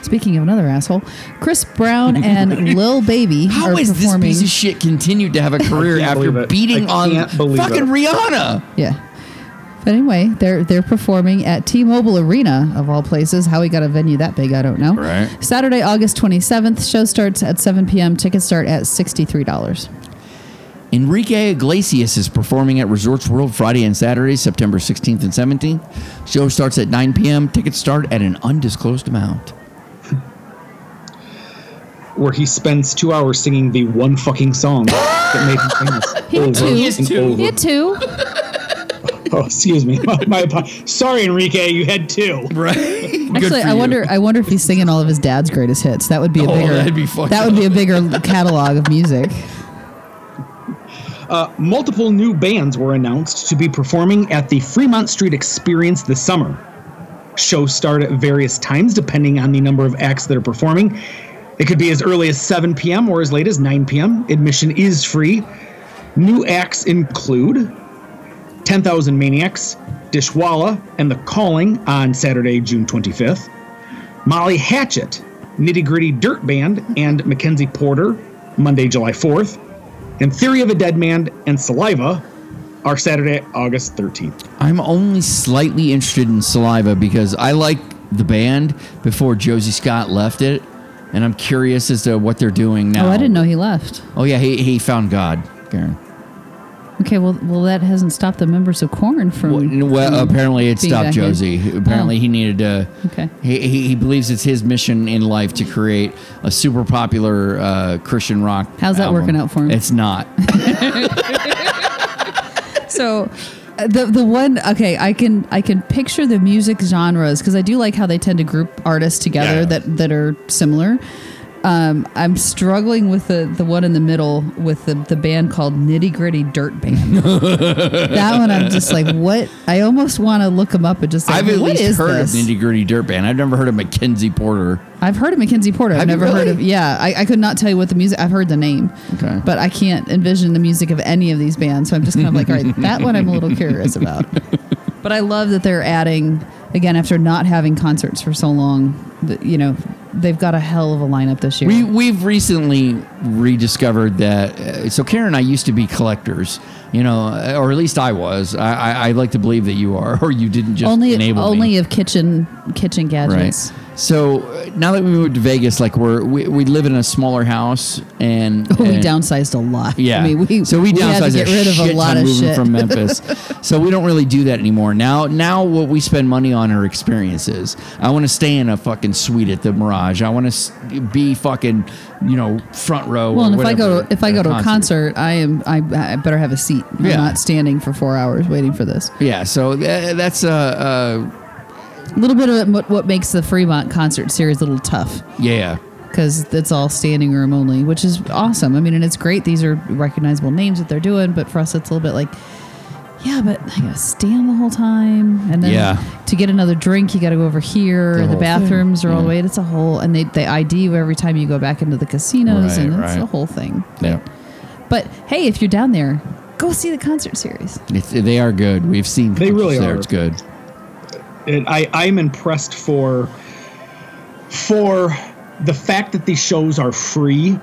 Speaking of another asshole, Chris Brown and Lil Baby How are is this performing. piece of shit continued to have a career can't after believe it. beating I on can't believe fucking it. Rihanna? Yeah. But anyway, they're they're performing at T-Mobile Arena of all places. How he got a venue that big, I don't know. Right. Saturday, August 27th. Show starts at 7 p.m. Tickets start at $63. Enrique Iglesias is performing at Resorts World Friday and Saturday, September 16th and 17th. Show starts at 9 p.m. Tickets start at an undisclosed amount. where he spends two hours singing the one fucking song that made him famous. He had two. He has and two. over. two. Oh, excuse me. My, my, apo- sorry, Enrique, you had two. Right. Actually, I wonder. I wonder if he's singing all of his dad's greatest hits. That would be a Oh, bigger. that'd be fucked that would be a bigger catalog of music. Multiple new bands were announced to be performing at the Fremont Street Experience this summer. Shows start at various times depending on the number of acts that are performing. It could be as early as 7 p.m. or as late as 9 p.m. Admission is free. New acts include 10,000 Maniacs, Dishwalla, and The Calling on Saturday, June 25th. Molly Hatchet, Nitty Gritty Dirt Band, and Mackenzie Porter, Monday, July 4th. And Theory of a Dead Man and Saliva are Saturday, August 13th. I'm only slightly interested in Saliva because I like the band before Josie Scott left it, and I'm curious as to what they're doing now. Oh, I didn't know he left. Oh yeah, he, he found God. Karen. Okay, well, well, that hasn't stopped the members of Corn from. Well, n- well, from apparently it being stopped back in. Josie. Apparently Oh. he needed to. Okay. He, he, he believes it's his mission in life to create a super popular uh, Christian rock. How's that album. working out for him? It's not. so uh, the the one okay i can i can picture the music genres because i do like how they tend to group artists together Yeah. that that are similar um, I'm struggling with the, the one in the middle with the, the band called Nitty Gritty Dirt Band. that one, I'm just like, what? I almost want to look them up and just like, I've at what least is heard this? of Nitty Gritty Dirt Band. I've never heard of Mackenzie Porter. I've heard of Mackenzie Porter. I've Have you never heard really? of. Yeah, I, I could not tell you what the music. I've heard the name, Okay. but I can't envision the music of any of these bands. So I'm just kind of like, all right, that one I'm a little curious about. But I love that they're adding again after not having concerts for so long. That, you know, they've got a hell of a lineup this year. We we've recently rediscovered that. Uh, so Karen and I used to be collectors, you know, uh, or at least I was. I, I, I like to believe that you are, or you didn't just only enable only me. of kitchen kitchen gadgets. So uh, now that we moved to Vegas, like we're we, we live in a smaller house and We and- downsized a lot. Yeah. I mean, we so we had downsized to get a rid of shit a lot ton of moving shit. from Memphis. so we don't really do that anymore. Now now what we spend money on are experiences. I want to stay in a fucking suite at the Mirage. I want to be fucking, you know, front row. Well, or and if I whatever go if I at go to a concert, I am I, I better have a seat. I'm Yeah. not standing for four hours waiting for this. Yeah, so tha- that's uh, uh A little bit of what, what makes the Fremont concert series a little tough yeah. because it's all standing room only, which is awesome. I mean, and it's great. These are recognizable names that they're doing, but for us, it's a little bit like, yeah, but I gotta stand the whole time, and then Yeah. to get another drink, you gotta go over here. The The, whole bathrooms thing. are all Yeah. the way. It's a whole, and they they ID you every time you go back into the casinos, Right, and it's right. a whole thing. Yeah. But hey, if you're down there, go see the concert series. It's, they are good. We've seen They really concerts there. are. It's good. And I, I'm impressed for for the fact that these shows are free,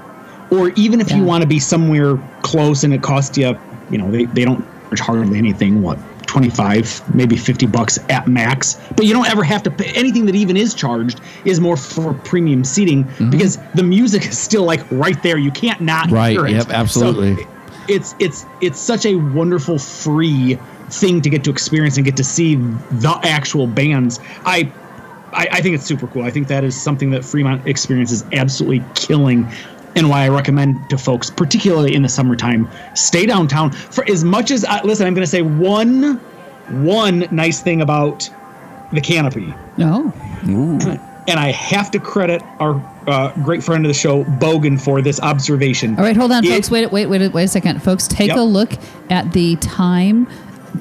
or even if Yeah. you want to be somewhere close and it costs you, you know, they, they don't charge hardly anything, what, 25, maybe 50 bucks at max. But you don't ever have to pay anything that even is charged is more for premium seating because the music is still like right there. You can't not Right, hear it. yep, So absolutely. it's it's it's such a wonderful free thing to get to experience and get to see the actual bands. I I, I think it's super cool. I think that is something that Fremont Experience is absolutely killing, and why I recommend to folks, particularly in the summertime, stay downtown. For as much as I, listen, I'm going to say one one nice thing about the canopy No, and I have to credit our uh, great friend of the show, Bogan, for this observation. Oh, All right, hold on, It- folks. Wait, wait, wait, wait a second, folks. Take Yep. a look at the time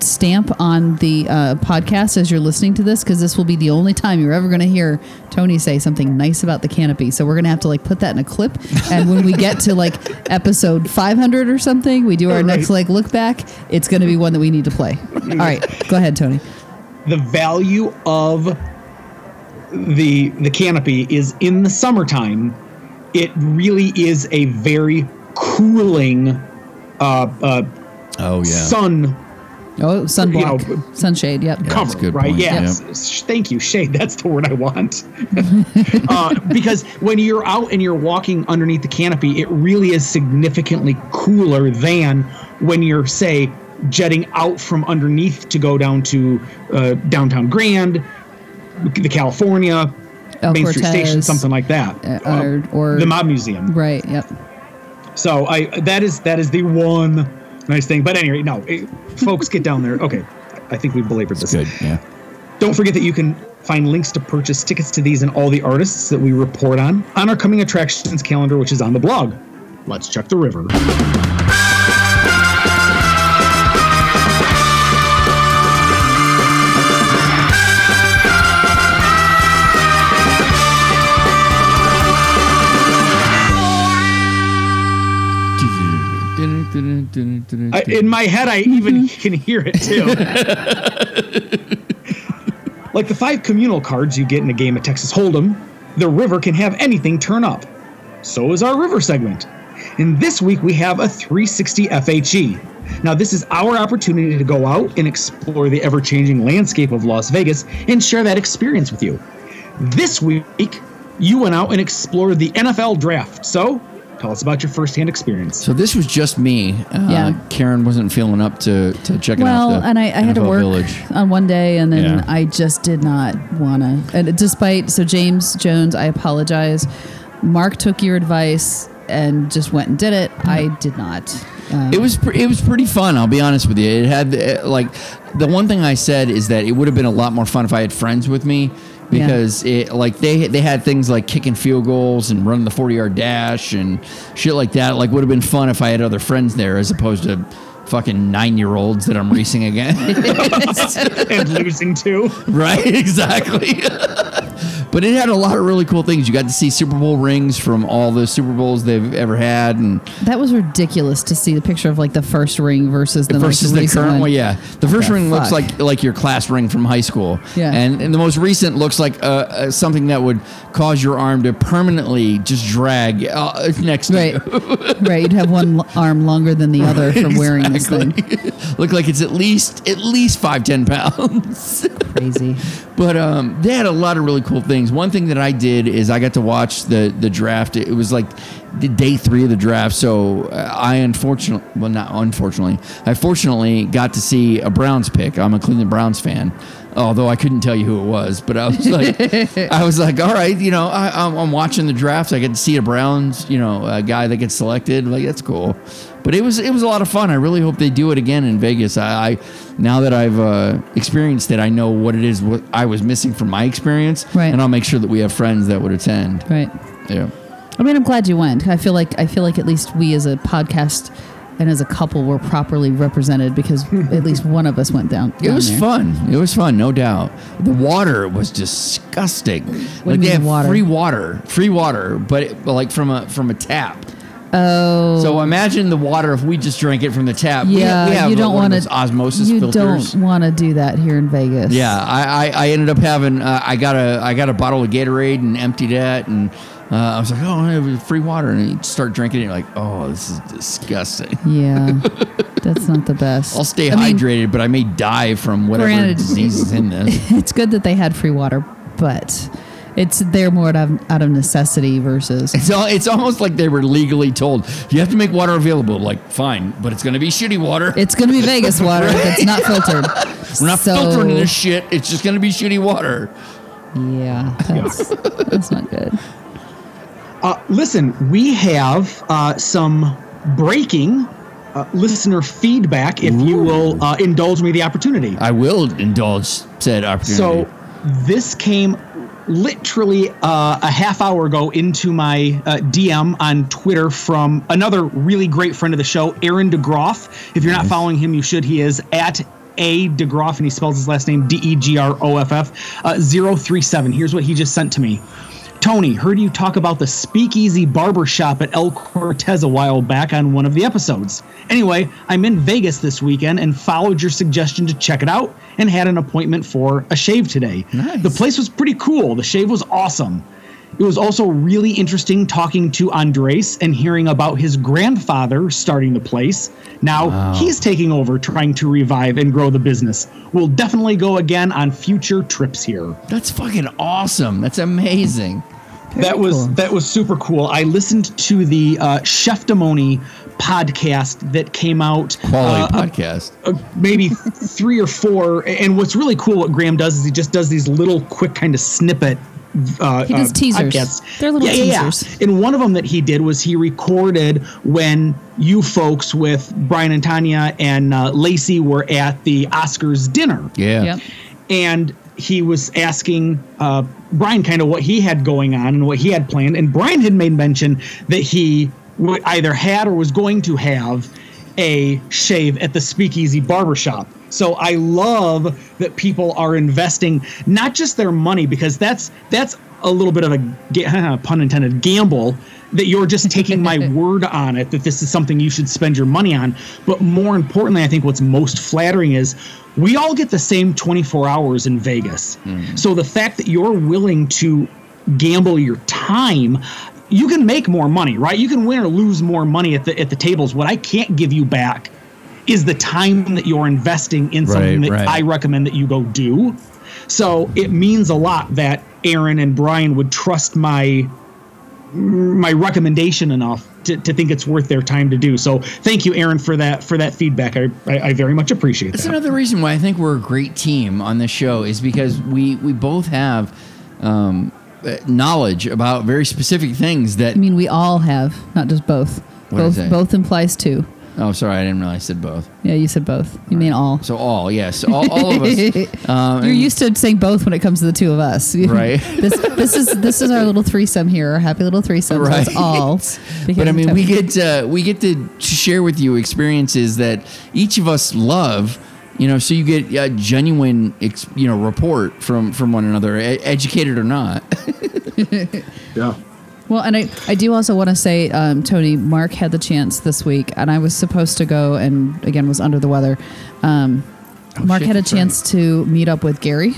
stamp on the uh, podcast as you're listening to this, because this will be the only time you're ever going to hear Tony say something nice about the canopy. So we're going to have to like put that in a clip, and when we get to like episode 500 or something, we do our next like look back. It's going to be one that we need to play. All right, go ahead, Tony. The value of the the canopy is in the summertime, it really is a very cooling uh, uh, Oh yeah. sun Oh, sunblock, You know, sunshade. Yep. cover, a good right? point, Yes. Sh- Thank you, shade. That's the word I want. uh, because when you're out and you're walking underneath the canopy, it really is significantly cooler than when you're, say, jetting out from underneath to go down to uh, downtown Grand, the California, El Main Street Station, Cortez. something like that, Um, Uh, or- or- the Mob Museum. Right. Yep. So I that is that is the one nice thing. But anyway, no, it- folks, get down there. Okay, I think we belabored this. Good. Yeah. Don't forget that you can find links to purchase tickets to these and all the artists that we report on on our coming attractions calendar, which is on the blog. Let's check the river. I, in my head, I even can hear it too. like the five communal cards you get in a game of Texas Hold'em, the river can have anything turn up. So is our river segment. And this week we have a 360 FHE. E. Now, this is our opportunity to go out and explore the ever changing landscape of Las Vegas and share that experience with you. This week, you went out and explored the NFL draft. So, tell us about your firsthand experience. So this was just me. Uh, Yeah. Karen wasn't feeling up to to checking out Well, the and I, I had to NFL work Village. on one day, and then Yeah. I just did not wanna. And despite so James Jones, I apologize. Mark took your advice and just went and did it. I did not. Um, It was pre- it was pretty fun. I'll be honest with you. It had uh, like the one thing I said is that it would have been a lot more fun if I had friends with me because it like they they had things like kicking field goals and running the forty yard dash and shit like that. Like would have been fun if I had other friends there as opposed to fucking nine year olds that I'm racing against. and losing too. right? Exactly. but it had a lot of really cool things. You got to see Super Bowl rings from all the Super Bowls they've ever had and. that was ridiculous to see the picture of like the first ring versus the versus most the recent current one. one. yeah. The first Yeah, ring looks fuck. like like your class ring from high school. Yeah. And, and the most recent looks like uh, uh, something that would cause your arm to permanently just drag uh, next to you. Right, right. You'd have one l- arm longer than the other from wearing this thing. Look like it's at least at least five ten pounds. Crazy. But um, they had a lot of really cool things. One thing that I did is I got to watch the the draft. It was like the day three of the draft, so uh, I unfortunately, well, not unfortunately, I fortunately got to see a Browns pick. I'm a Cleveland Browns fan, although I couldn't tell you who it was. But I was like, I was like, all right, you know, I, I'm, I'm watching the draft. I get to see a Browns, you know, a guy that gets selected. Like that's cool. But it was it was a lot of fun. I really hope they do it again in Vegas. I, I now that I've uh, experienced it, I know what it is what I was missing from my experience, Right. and I'll make sure that we have friends that would attend. Right. Yeah, I mean, I'm glad you went. I feel like I feel like at least we as a podcast and as a couple were properly represented because at least one of us went down. it down was there. fun. It was fun, no doubt. The water was disgusting. do you like mean they have water? free water, free water, but it, but like from a from a tap. Oh, So imagine the water if we just drank it from the tap. We- yeah. we have you don't one of want those to osmosis You filters. don't want to do that here in Vegas. Yeah, I, I, I ended up having uh, I got a I got a bottle of Gatorade and emptied it, and uh, I was like, oh, I have free water, and you start drinking it, and you're like, oh, this is disgusting. Yeah. That's not the best. I'll stay I mean, hydrated, but I may die from whatever Granted. disease is in this. it's good that they had free water, but it's they're more out of, out of necessity versus It's all, it's almost like they were legally told you have to make water available. Like, fine, but it's gonna be shitty water. it's going to be Vegas water that's not filtered. we're not So- filtering this shit. It's just gonna be shitty water. Yeah, that's, that's not good. Uh, listen, we have uh, some breaking uh, listener feedback, if you will uh, indulge me the opportunity. I will indulge said opportunity. So, this came literally uh, a half hour ago into my uh, DM on Twitter from another really great friend of the show, Aaron DeGroff. If you're not following him, you should. He is at a DeGroff, and he spells his last name D E G R O F F uh, 037. Here's what he just sent to me. Tony, heard you talk about the speakeasy barber shop at El Cortez a while back on one of the episodes. Anyway, I'm in Vegas this weekend and followed your suggestion to check it out and had an appointment for a shave today. Nice. The place was pretty cool. The shave was awesome. It was also really interesting talking to Andres and hearing about his grandfather starting the place. Now he's taking over, trying to revive and grow the business. We'll definitely go again on future trips here. That's fucking awesome. That's amazing. that was cool. that was super cool. I listened to the uh, Chef Demoni podcast that came out Quality uh, podcast. uh, maybe three or four. And what's really cool, what Graham does is he just does these little quick kind of snippet. Uh, He does uh, teasers. podcasts. They're little yeah, yeah, teasers. Yeah. And one of them that he did was he recorded when you folks with Brian and Tanya and uh, Lacey were at the Oscars dinner yeah. Yep. and he was asking uh, Brian kind of what he had going on and what he had planned. And Brian had made mention that he w- either had or was going to have a shave at the Speakeasy Barbershop. So I love that people are investing not just their money because that's that's a little bit of a ga- pun intended gamble that you're just taking my word on it that this is something you should spend your money on. But more importantly, I think what's most flattering is we all get the same 24 hours in Vegas. Mm. So the fact that you're willing to gamble your time, you can make more money, right? You can win or lose more money at the at the tables. What I can't give you back is the time that you're investing in something Right, that right. I recommend that you go do. So it means a lot that Aaron and Brian would trust my my recommendation enough to, to think it's worth their time to do. So thank you, Aaron, for that for that feedback. I, I, I very much appreciate That's that. another reason why I think we're a great team on this show is because we we both have um, uh, knowledge about very specific things that. I mean, we all have, not just both. What both is that? both implies two. Oh, sorry, I didn't realize I said both. Yeah, you said both. You mean all. So all, yes, all, all of us. Um, You're and- used to saying both when it comes to the two of us, Right. this, this is this is our little threesome here, our happy little threesome. so Right. That's all. But I Because mean, it's- we get uh, we get to share with you experiences that each of us love. You know, so you get a genuine, ex- you know, report from from one another, e- educated or not. yeah. Well, and I, I do also want to say, um, Tony, Mark had the chance this week, and I was supposed to go and again was under the weather. Um, Mark Oh, shit, had a that's right. chance to meet up with Gary,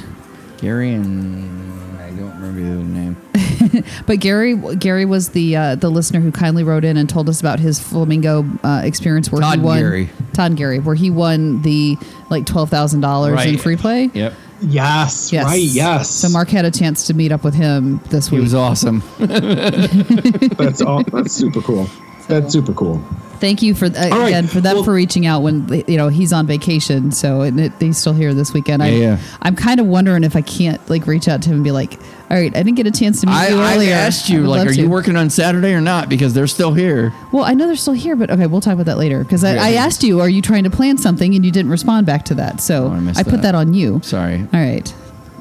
Gary and I don't remember the other name. but Gary Gary was the uh, the listener who kindly wrote in and told us about his flamingo uh, experience where Todd he won Gary. Todd Gary, where he won the like twelve thousand dollars in Right. free play. Yep, Yes, Right. Yes. So Mark had a chance to meet up with him this he week. was awesome. that's all. That's super cool. That's super cool. Thank you for uh, All right. again for them Well- for reaching out when you know he's on vacation. So and it, he's still here this weekend. I, Yeah, yeah. I'm kind of wondering if I can't like reach out to him and be like, "All right, I didn't get a chance to meet I, you I earlier." asked I you, would like, love are you to." working on Saturday or not? Because they're still here. Well, I know they're still here, but okay, we'll talk about that later. Because I, Yeah. I asked you, "Are you trying to plan something?" and you didn't respond back to that. So Oh, I missed I put that. that on you. Sorry. All right.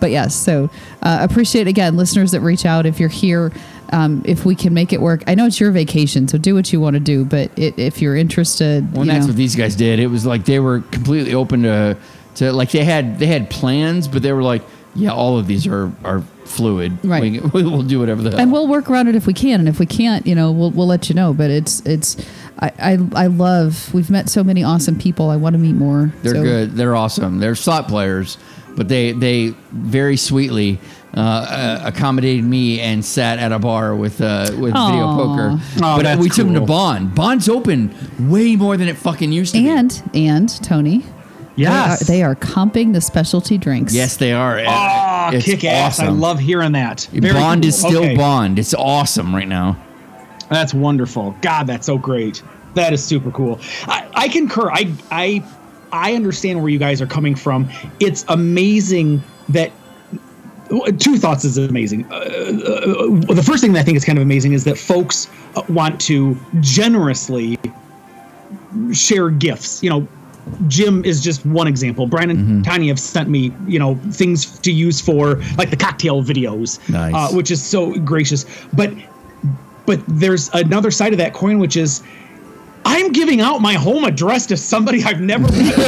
But yes, so uh, appreciate again listeners that reach out if you're here. Um, if we can make it work, I know it's your vacation, so do what you want to do. But it, if you're interested, Well, you that's know- what these guys did. It was like they were completely open to, to like they had they had plans, but they were like, yeah, all of these are are fluid. Right. We, we will do whatever the. and we'll work around it if we can and if we can't you know we'll, we'll let you know but it's it's I, I i love we've met so many awesome people i want to meet more They're So- good. They're awesome. They're slot players, but they they very sweetly uh, uh, accommodated me and sat at a bar with uh, with video Aw. poker. Aw, but Oh, that's we took them to cool. Bond. Bond's open way more than it fucking used to. be. and and tony Yes. they are, they are comping the specialty drinks yes, they are. Oh, It's kick ass! I awesome. love hearing that. Very Bond cool. is still Okay. Bond. It's awesome right now. That's wonderful. God, that's so great. That is super cool. I, I concur. I I I understand where you guys are coming from. It's amazing that two thoughts is amazing. Uh, uh, uh, the first thing that I think is kind of amazing is that folks uh, want to generously share gifts. You know, Jim is just one example. Brian and Tanya have sent me, you know, things to use for like the cocktail videos, Nice. uh, which is so gracious. But but there's another side of that coin, which is I'm giving out my home address to somebody I've never met.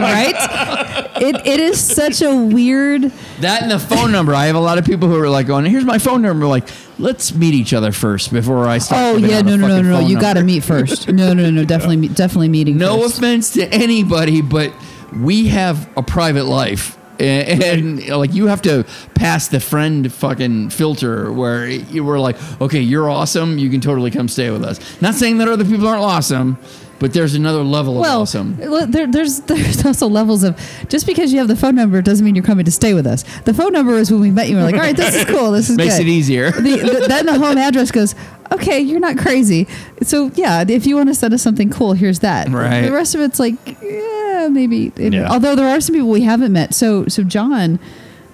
right? It, it is such a weird. That and the phone number. I have a lot of people who are like going, "Here's my phone number." Like, let's meet each other first before I start. Oh giving yeah, out no a no no fucking no. no. phone You got to number. meet first. No no no no. Definitely meet- definitely meeting. No first. offense to anybody, but we have a private life. And, and, like you have to pass the friend fucking filter where you were like, okay, you're awesome. You can totally come stay with us. Not saying that other people aren't awesome, but there's another level of Well, awesome. l- there, there's there's also levels of just because you have the phone number doesn't mean you're coming to stay with us. The phone number is when we met you. We're like, all right, this is cool. This is Makes good. it easier. The, the, then the home address goes. Okay, you're not crazy. So yeah, if you want to send us something cool, here's that. Right. The rest of it's like, yeah, maybe. Yeah. Although there are some people we haven't met. So so John,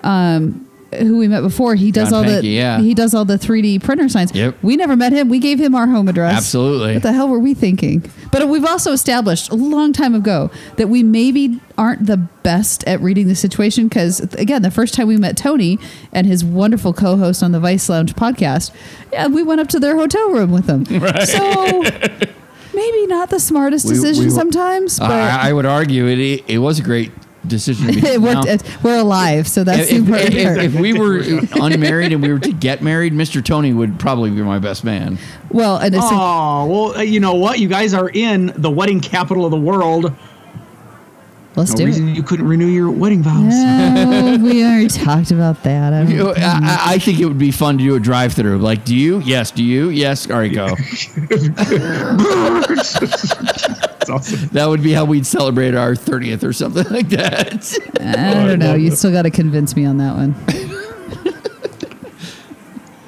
um, who we met before, he does John all the Pankey, yeah. he does all the 3D printer signs. Yep. We never met him. We gave him our home address. Absolutely. What the hell were we thinking? But we've also established a long time ago that we maybe aren't the best at reading the situation because, again, the first time we met Tony and his wonderful co host on the Vice Lounge podcast, yeah, we went up to their hotel room with them. So maybe not the smartest We- we decision were- sometimes, but I, I would argue it, it, it was a great decision. to be- it worked. Now- it- we're alive, so that's if, if- super. if- if we were unmarried and we were to get married, Mr. Tony would probably be my best man. well, and it's oh well, uh, you know what? You guys are in the wedding capital of the world. let's No do reason it. you couldn't renew your wedding vows. No, we already talked about that. I You don't- know, I, I- I think it would be fun to do a drive-through. Like, do you? Yes. Do you? Yes. All right, go. That's awesome. That would be how we'd celebrate our thirtieth or something like that. I don't know. You still got to convince me on that one.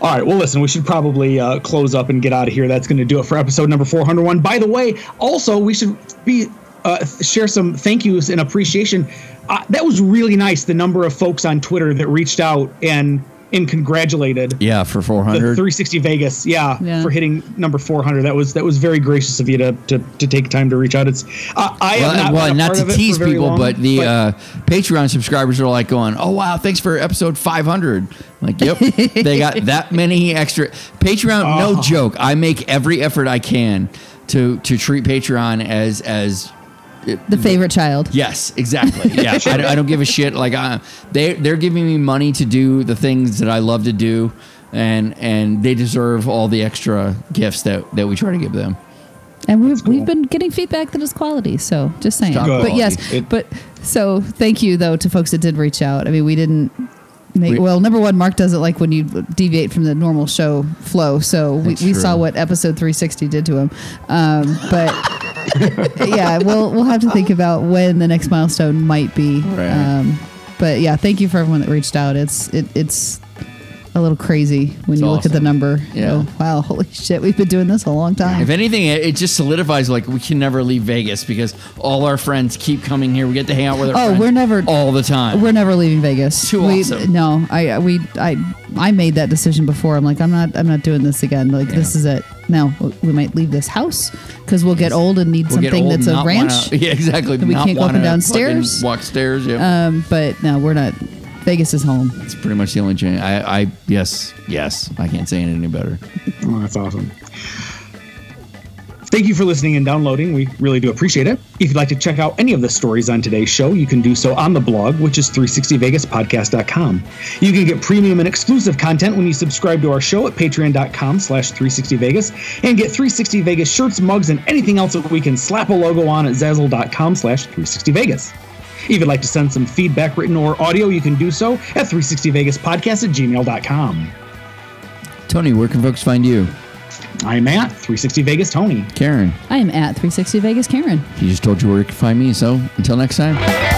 All right. Well, listen, we should probably uh, close up and get out of here. That's going to do it for episode number 401. By the way, also, we should be uh, share some thank yous and appreciation. Uh, that was really nice. The number of folks on Twitter that reached out and and congratulated Yeah, for four the hundred. 360 Vegas, yeah, Yeah. for hitting number 400. That was that was very gracious of you to to, to take time to reach out. It's uh, I have not Well, well, been a not part of to it for tease very people, long, but the uh, Patreon subscribers are like going, "Oh wow, thanks for episode 500." I'm like, yep, they got that many extra. Patreon, Oh. no joke. I make every effort I can to to treat Patreon as as The favorite child. Yes, exactly. Yeah, I, don't- I don't give a shit. Like I, they they're giving me money to do the things that I love to do, and and they deserve all the extra gifts that that we try to give them. And we've, we've been getting feedback that it's quality. So just saying. Strong But yes, quality. It- but so thank you though to folks that did reach out. I mean, we didn't make, We- well, number one, Mark doesn't like when you deviate from the normal show flow. So we, That's we true. saw what episode 360 did to him. Um, but yeah, we'll, we'll have to think about when the next milestone might be. Right. Um, but yeah, thank you for everyone that reached out. It's, it, it's, a little crazy when you look at the awesome. number. You Yeah. know, wow, holy shit, we've been doing this a long time. If anything, it, it just solidifies like we can never leave Vegas because all our friends keep coming here. We get to hang out with our Oh, friends we're never- all the time. We're never leaving Vegas. Too we, awesome. No, I uh, we I I made that decision before. I'm like, I'm not I'm not doing this again. Like this is it. Now we might leave this house because we'll get old and need We'll get something old, that's a not ranch. Wanna, yeah, exactly. we not can't go up and wanna down fucking stairs. Walk stairs. Yeah, Um, but no, we're not. Vegas is home. it's pretty much the only change. I, I yes, yes. I can't say it any better. Oh, that's awesome. Thank you for listening and downloading. We really do appreciate it. If you'd like to check out any of the stories on today's show, you can do so on the blog, which is 360vegaspodcast.com. You can get premium and exclusive content when you subscribe to our show at patreon.com slash 360vegas and get 360vegas shirts, mugs, and anything else that we can slap a logo on at zazzle.com slash 360vegas. If you'd like to send some feedback, written or audio, you can do so at 360vegaspodcast at gmail.com. Tony, where can folks find you? I'm at 360vegas Tony. Karen, I am at 360 Vegas Karen. he just told you where you can find me. So until next time.